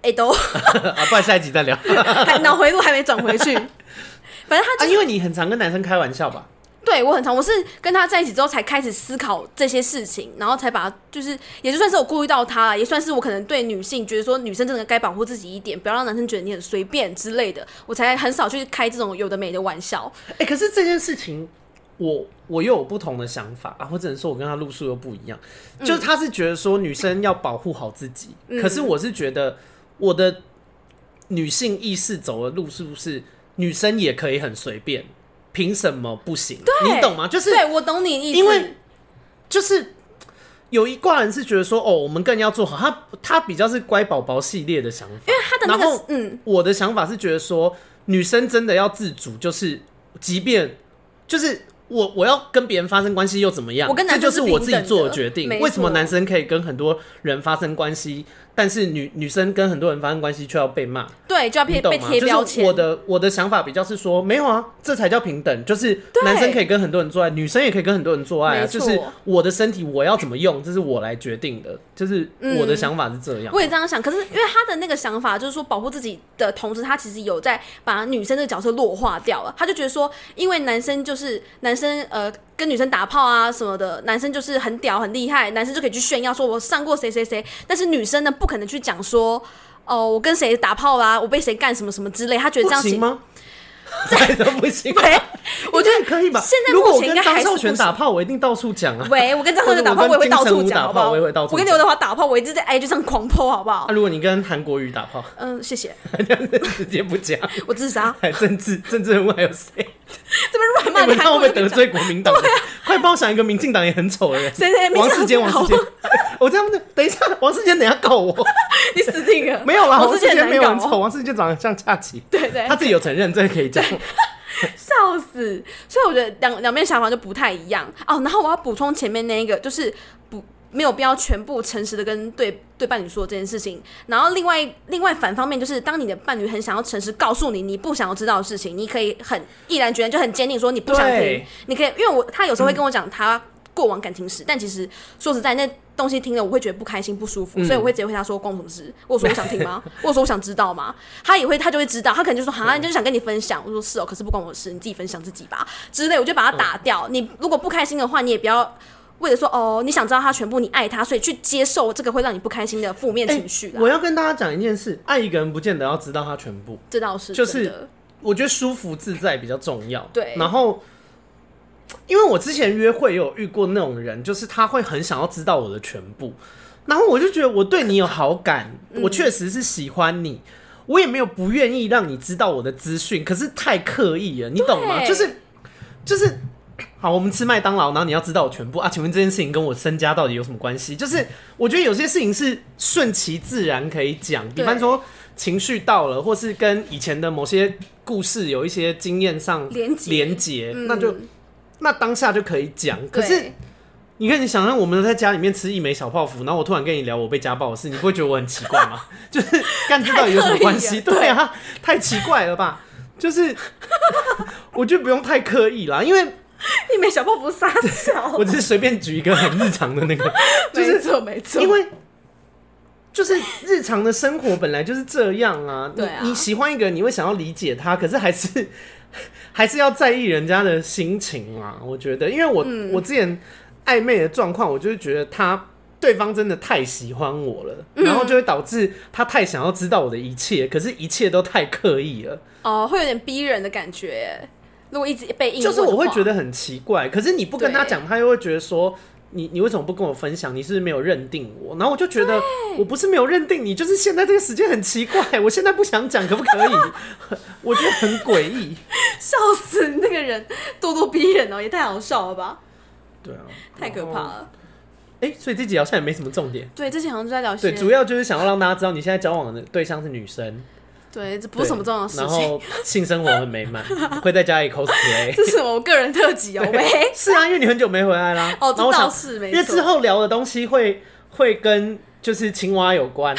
诶、都
啊，不然下一集再聊。
还脑回路还没转回去。反正他、就
啊，
是
因为你很常跟男生开玩笑吧？
对我很常，我是跟他在一起之后才开始思考这些事情，然后才把就是也就算是我顾虑到他了，也算是我可能对女性觉得说女生真的该保护自己一点，不要让男生觉得你很随便之类的，我才很少去开这种有的没的玩笑。
哎、可是这件事情，我我又有不同的想法啊，我只能说我跟他路数又不一样。就是他是觉得说女生要保护好自己，可是我是觉得我的女性意识走的路是不是女生也可以很随便？凭什么不行？你懂吗？就是
对我懂你的意思，
因为就是有一挂人是觉得说，哦，我们更要做好。他他比较是乖宝宝系列的想法，因为
他的那
然后
个嗯，
我的想法是觉得说，女生真的要自主，就是即便就是我我要跟别人发生关系又怎么样？
我跟男
这就是
生
是
平
我自己
等
做
的
决定
没。
为什么
错
男生可以跟很多人发生关系，但是女女生跟很多人发生关系却要被骂？
对，就要
你
被
懂
被
吗？
贴标
就是
签。
我的我的想法比较是说，没有啊，这才叫平等，就是
对
男生可以跟很多人做爱，女生也可以跟很多人做爱啊。
没错
就是我的身体我要怎么用，这是我来决定的，就是我的想法是这样。
嗯我也这样想，可是因为他的那个想法就是说保护自己的同时，他其实有在把女生这个角色弱化掉了。他就觉得说，因为男生就是男生呃跟女生打炮啊什么的，男生就是很屌很厉害，男生就可以去炫耀说我上过谁谁谁，但是女生呢不可能去讲说。哦，我跟谁打炮啦、我被谁干什么什么之类，他觉得
不
这样
行
行？
吗？ 这都不行吗。
喂，我觉
应该可以吧？
现在
如果
目
我
前
跟
应该
张
还是
孝
不
全
行
打炮，我一定到处讲啊。
喂，我跟张
或
赫
者
就
我
打炮，
跟
我也会
金
到
城
处
武
讲，
打
好不好？
炮我也会到处
我跟
讲
刘德华打炮，我一直在 IG 上狂泼，好不 好
啊，？如果你跟韩国瑜打炮，
嗯，谢谢，
直接不讲，
我 自杀。
还
哎
政治政治人物还有谁？
这边乱
你
骂
们
你
知
韩
道会
国
不会
人
得
就讲啊
罪国民党？快帮我想一个民进党也很丑的人。
谁谁没
王
讲
世坚，王世坚
好，
我这样子，等一下，王世坚等一下告 我。
你死定了。
没有啦，
我
王
之
世
前
坚
难
没有很
搞哦
丑，王世坚长得像恰琪，
对对
他，自己有承认，这个可以讲。
笑死。所以我觉得两两边想法就不太一样哦。然后我要补充前面那一个，就是不没有必要全部诚实的跟对对伴侣说这件事情。然后另外另外反方面就是，当你的伴侣很想要诚实告诉你你不想要知道的事情，你可以很毅然决然就很坚定说你不想听
对。
你可以，因为我他有时候会跟我讲他过往感情史，但其实说实在那。东西听了我会觉得不开心不舒服，所以我会直接回答说关我什么事？我说我想听吗？我说我想知道吗？他也会，他就会知道，他可能就说：“好，你就是想跟你分享。”我说：“是哦，可是不关我的事，你自己分享自己吧。”之类，我就把它
嗯
打掉。你如果不开心的话，你也不要为了说哦，你想知道他全部，你爱他，所以去接受这个会让你不开心的负面情绪啦。
哎我要跟大家讲一件事：爱一个人不见得要知道他全部，
这倒是
就是
真的
我觉得舒服自在比较重要。
对
然后因为我之前约会有遇过那种人，就是他会很想要知道我的全部，然后我就觉得我对你有好感，
嗯
我确实是喜欢你，我也没有不愿意让你知道我的资讯，可是太刻意了，你懂吗？
对
就是就是，好，我们吃麦当劳，然后你要知道我全部啊？请问这件事情跟我身家到底有什么关系？就是我觉得有些事情是顺其自然可以讲，比
对
方说情绪到了，或是跟以前的某些故事有一些经验上
连结
连结，
嗯
那就那当下就可以讲。可是
对
你看，你想让我们在家里面吃一枚小泡芙，然后我突然跟你聊我被家暴的事，你不会觉得我很奇怪 吗？就是干这到底有什么关系？
太刻意了
对啊，太奇怪了吧？就是 我觉得不用太刻意啦，因为
一枚小泡芙撒小，
我只是随便举一个很日常的那个，就是
没错没错，
因为就是日常的生活本来就是这样啊。你
对啊
你喜欢一个人，你会想要理解他，可是还是 还是要在意人家的心情啊。我觉得，因为我、
嗯
我之前暧昧的状况，我就是觉得他。对方真的太喜欢我了，
嗯
然后就会导致他太想要知道我的一切，可是一切都太刻意了。
哦会有点逼人的感觉，如果一直被硬
就是我会觉
得
得很奇怪，可是你不跟他讲，他又会觉得说你你为什么不跟我分享？你是不是没有认定我？然后我就觉得我不是没有认定你，就是现在这个时间很奇怪，我现在不想讲，可不可以？ 我觉得很诡异。
笑死那个人咄咄逼人哦，也太好笑了吧，
对啊，
太可怕了。
哎、所以这集好像也没什么重点。
对，之前好像就在聊一些
对，主要就是想要让大家知道你现在交往的对象是女生，
对这不是什么重要的事
然
情，
后性生活很美满， 会在家里 cosplay。
这是我个人特辑哦，喂，
是啊，因为你很久没回来啦。
哦，
然后
这
我想
倒是没
因为之
错，
后聊的东西会会跟就是青蛙有 关，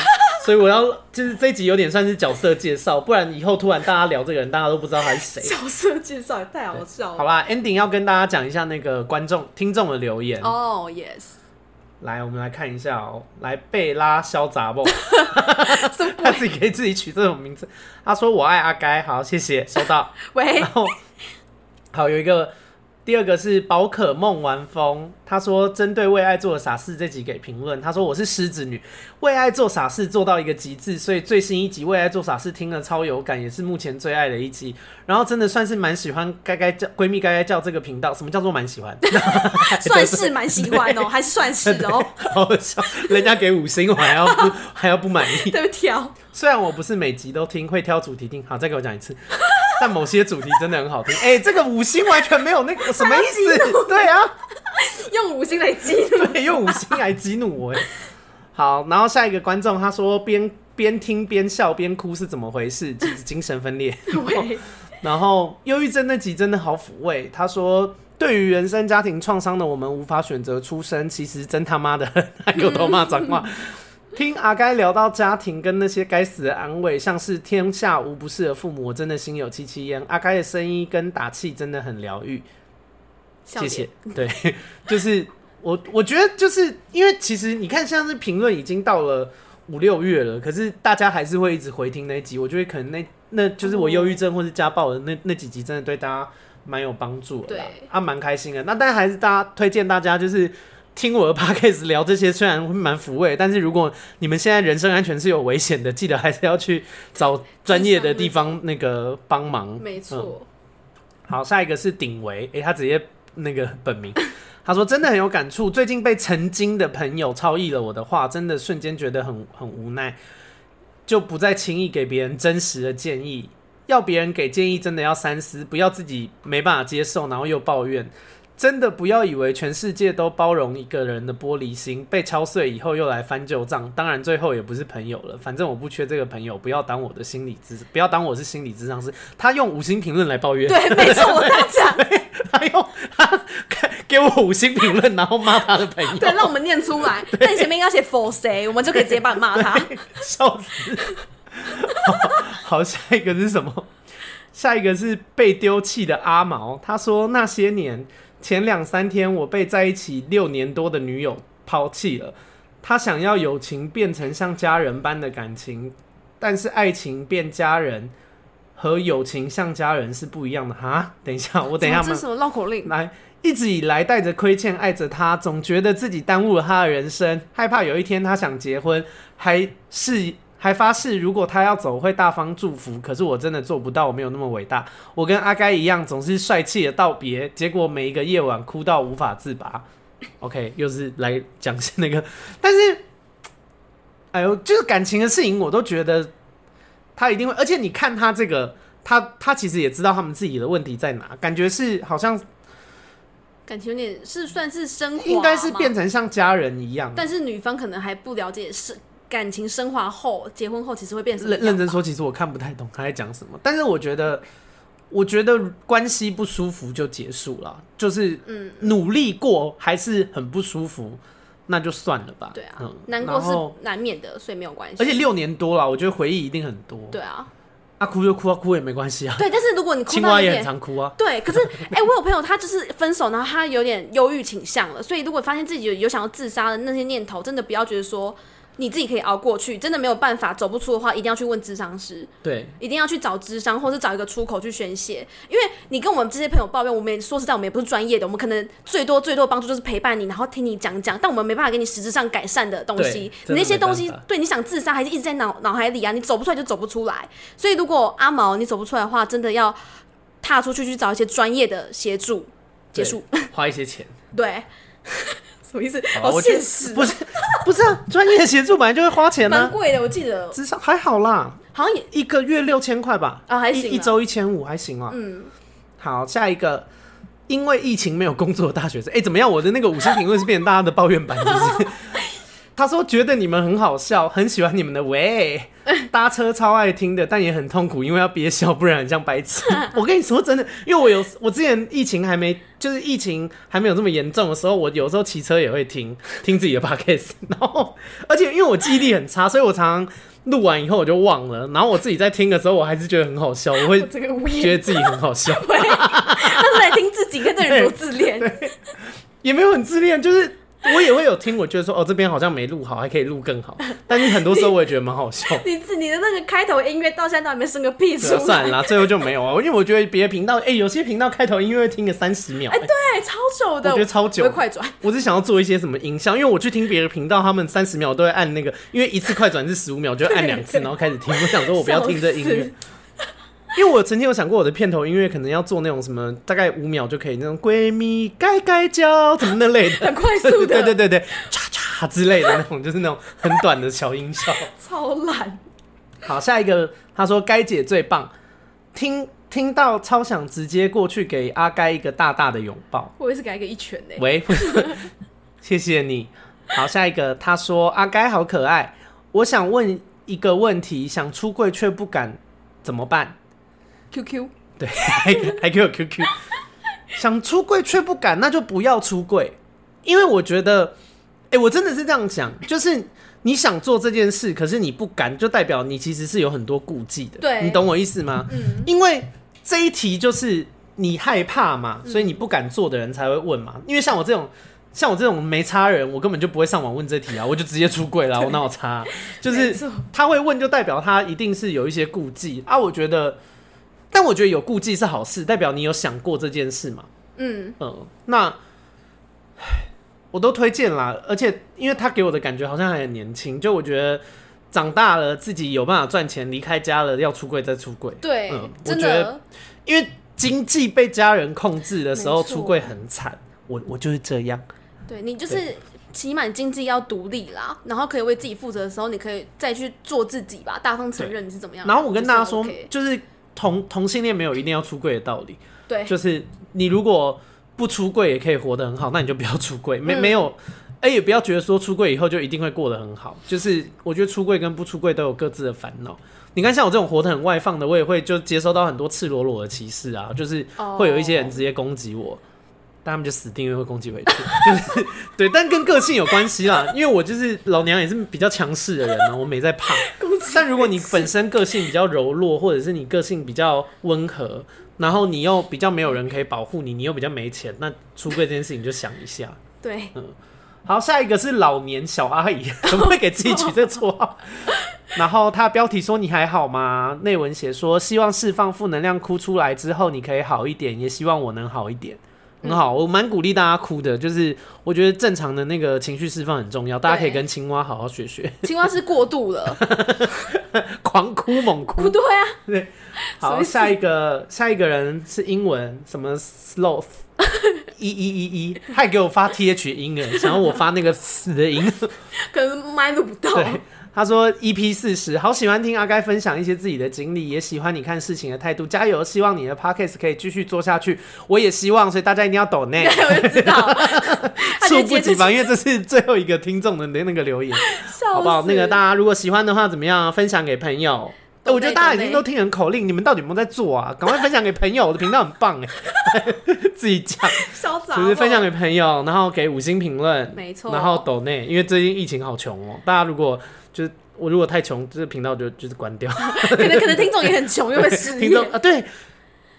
所以我要就是这一集有点算是角色介绍，不然以后突然大家聊这个人，大家都不知道他是谁。
角色介绍也太好笑
好
了。
吧，ending 要跟大家讲一下那个观众听众的留言，
哦、y e s
来我们来看一下哦、来贝拉肖杂梦，
什么
他自己给自己取这种名字，他说我爱阿该，好谢谢，收到。
喂
然，后好有一个，第二个是宝可梦玩风，他说针对为爱做的傻事这集给评论，他说我是狮子女，为爱做傻事做到一个极致，所以最新一集为爱做傻事听了超有感，也是目前最爱的一集，然后真的算是蛮喜欢该该叫 闺蜜该该叫这个频道，什么叫做蛮喜欢？
算是蛮喜欢哦，还是算是 哦，
好笑，人家给五星我还要不 还要不满意，
对不哦挑，
虽然我不是每集都听，会挑主题听，好再给我讲一次。 但某些主题真的很好听，哎、这个五星完全没 有那个什么意思？对啊，
用五星来激怒，
对，用五星来激怒我。哎好，然后下一个观众他说边边听边笑边哭是怎么回事？精精神分 裂。
喂，
然后忧郁症那集真的好抚慰，他说。对于原生家庭创伤的我们，无法选择出生，其实真他妈的，还给我头骂脏话。听阿该聊到家庭跟那些该死的安慰，像是天下无不是的父母，我真的心有戚戚焉。阿该的声音跟打气真的很疗愈，
笑
谢
点
谢。对， 就是我，我觉得就是因为其实你看，像是评论已经到了五六月了，可是大家还是会一直回听那一集。我觉得可能那那就是我忧郁症或是家暴的那那几集，真的对大家蛮有帮助的啦
对，
啊，蛮开心的。那但还是大家推荐大家就是。听我的 podcast 聊这些，虽然会蛮抚慰，但是如果你们现在人身安全是有危险的，记得还是要去找专业的地方那个帮忙。嗯
没错，
好，下一个是鼎维，诶、他直接那个本名，他说真的很有感触，最近被曾经的朋友超意了我的话，真的瞬间觉得很很无奈，就不再轻易给别人真实的建议，要别人给建议真的要三思，不要自己没办法接受，然后又抱怨。真的不要以为全世界都包容一个人的玻璃心，被敲碎以后又来翻旧账，当然最后也不是朋友了。反正我不缺这个朋友，不要当我的心理智，不要当我是心理智商师。他用五星评论来抱怨，
对，没错，我在讲，
他用他给我五星评论，然后骂他的朋友，
对，让我们念出来。那你前面应该写 for 谁，我们就可以直接帮 你骂他。
笑死。好，好下一个是什么？下一个是被丢弃的阿毛，他说那些年前两三天我被在一起六年多的女友抛弃了，他想要友情变成像家人般的感情，但是爱情变家人和友情像家人是不一样的哈。等一下，我等一下
这是什么绕口令？
来，一直以来带着亏欠爱着他，总觉得自己耽误了他的人生，害怕有一天他想结婚，还是还发誓如果他要走会大方祝福。可是我真的做不到，我没有那么伟大。我跟阿该一样，总是帅气的道别，结果每一个夜晚哭到无法自拔。OK，又是来讲那个，但是哎呦，就是感情的事情，我都觉得他一定会。而且你看他这个，他他其实也知道他们自己的问题在哪，感觉是好像
感情有点是算是升华吗，
应该是变成像家人一样。
但是女方可能还不了解是感情升华后，结婚后其实会变成
认认真说，其实我看不太懂他在讲什么，但是我觉得。我觉得关系不舒服就结束了，就是
嗯
努力过还是很不舒服，那就算了吧。
对啊，
嗯
难
然
过
后
是难免的，所以没有关系。
而且六年多了，我觉得回忆一定很多。
对，啊，
啊哭就哭啊，哭也没关系啊。
对，但是如果你 哭
青
到
蛙
有
也很
点
常哭啊。
对，可是哎、我有朋友他就是分手，然后他有点忧郁倾向了，所以如果发现自己有有想要自杀的那些念头，真的不要觉得说你自己可以熬过去，真的没有办法走不出的话，一定要去问智商师，
对，
一定要去找智商，或是找一个出口去宣泄。因为你跟我们这些朋友抱怨，我们也说实在，我们也不是专业的，我们可能最多最多的帮助就是陪伴你，然后听你讲讲，但我们没办法给你实质上改善的东西
对。
你那些东西
真的没办法，
对，你想自杀还是一直在脑脑海里啊，你走不出来就走不出来。所以如果阿毛你走不出来的话，真的要踏出去去找一些专业的协助。结束，
花一些钱。
对，什么意思？
好吧
好
我觉得
现实，啊
不是 不是啊，专业协助本来就会花钱
蛮
啊。
贵的，我记得
至少还好啦，
好像也
一个月六千块吧，
啊还
一
行啊
一周一千五还行啊。
嗯，
好，下一个，因为疫情没有工作的大学生，哎、怎么样？我的那个五星评论是变成大家的抱怨版，就是 他说觉得你们很好笑，很喜欢你们的喂，搭车超爱听的，但也很痛苦，因为要憋笑，不然很像白 痴。我跟你说真的，因为我有我之前疫情还没，就是疫情还没有这么严重的时候，我有时候骑车也会听听自己的 podcast，然 后而且因为我记忆力很差，所以我常常。录完以后我就忘了，然后我自己在听的时候，我还是觉得很好笑，我 会
这个无
觉得自己很好笑。
他是来听自己跟这人多自恋，
也没有很自恋，就是我也会有听，我觉得说哦这边好像没录好，还可以录更好，但是很多时候我也觉得蛮好笑。
你自你的那个开头音乐到现在都还没生个 屁出
对啊算
来，
了啦，最后就没有啊，因为我觉得别的频道，哎、有些频道开头音乐会听个三十秒、哎
对，超久的，
我觉得超久
我会快转，
我是想要做一些什么音效，因为我去听别的频道，他们三十秒都会按那个，因为一次快转是十五秒，就按两 次，然后开始听。我想说，我不要听这音
笑
乐
死，
因为我曾经有想过，我的片头音乐可能要做那种什么，大概五秒就可以那种闺蜜该该叫什么那类的，
很快速的
对对对对，叉叉之类的那种，就是那种很短的小音效。
超懒，
好，下一个他说该姐最棒，听听到超想直接过去给阿该一个大大的拥抱。
我也是给他一个一拳呢、
喂， 谢谢你。好，下一个，他说阿该好可爱，我想问一个问题，想出柜却不敢怎么办？
q q
对，还还给我 QQ，想出柜却不敢，那就不要出柜，因为我觉得，哎、我真的是这样想，就是你想做这件事，可是你不敢，就代表你其实是有很多顾忌的，
对
你懂我意思吗？
嗯，
因为这一题就是你害怕嘛，
嗯
所以你不敢做的人才会问嘛。因为像我这种，像我这种没差人，我根本就不会上网问这题啊，我就直接出柜 啦，我哪有差啊、就是
没错
他会问，就代表他一定是有一些顾忌啊。我觉得，但我觉得有顾忌是好事，代表你有想过这件事嘛。
嗯，
嗯，那唉我都推荐啦，而且因为他给我的感觉好像还很年轻，就我觉得长大了自己有办法赚钱，离开家了要出柜再出柜。
对，
嗯我
真
觉得
的，
因为经济被家人控制的时候，
没错哦
出柜很惨。我我就是这样，
对你就是起码经济要独立啦，然后可以为自己负责的时候，你可以再去做自己吧，大方承认你是怎么样的。
然后我跟大家说
就是 OK，，
就是同同性恋没有一定要出柜的道理，
对，
就是你如果不出柜也可以活得很好，那你就不要出柜，没、
嗯
没有，哎、也不要觉得说出柜以后就一定会过得很好，就是我觉得出柜跟不出柜都有各自的烦恼。你看，像我这种活得很外放的，我也会就接收到很多赤裸裸的歧视啊，就是会有一些人直接攻击我，但他们就死定了会攻击回去，就是 对，但跟个性有关系啦，因为我就是老娘也是比较强势的人呢、我没在怕。但如果你本身个性比较柔弱，或者是你个性比较温和，然后你又比较没有人可以保护你，你又比较没钱，那出柜这件事情就想一下。
对，
好，下一个是老年小阿姨， 怎么会给自己取这个绰 号？然后他标题说你还好吗？内文写说希望释放负能量哭出来之后你可以好一点，也希望我能好一点。
嗯
很好，我蛮鼓励大家哭的，就是我觉得正常的那个情绪释放很重要，大家可以跟青蛙好好学学，
青蛙是过度了，
狂哭猛
不
哭。
对啊，什
好，
么意思
下一个下一个人是英文什么 E sloth 一一一 一，还给我发 th 音哎，想要我发那个死的音。
可能麦录不到，
对，他说 EP 四十，好喜欢听阿该分享一些自己的经历，也喜欢你看事情的态度，加油！希望你的 podcast 可以继续做下去，我也希望，所以大家一定要抖内，
我就知 道， 他
猝
就
不
接
及
着
防，因为这是最后一个听众的那个留言，
笑
好不好？
死
那个大家如果喜欢的话，怎么样？分享给朋友。哎
抖内
我觉得大家已
抖内
经都听人口令，你们到底有没有在做啊？赶快分享给朋友，我 的频道很棒 哎，自己讲。
潇洒，
就是分享给朋友，然后给五星评论，
没错
然后抖内，因为最近疫情好穷哦、大家如果就是我如果太穷，这个频道就就是关掉。
可能可能听众也很穷，又会失
听众
业。
啊，对，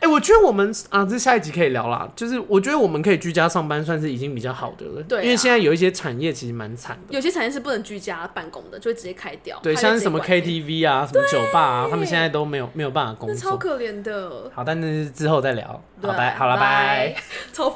哎、我觉得我们啊，这下一集可以聊啦。就是我觉得我们可以居家上班，算是已经比较好的了。
对啊
因为现在有一些产业其实蛮惨的。
有些产业是不能居家办公的，就会直接开掉。
对，
他就
像是
直接
什么
关
KTV 啊，什么酒吧啊，他们现在都没有没有办法工
那超
作。
可怜的。
好，但是之后再聊。好，
对啊
拜，好了，拜。
超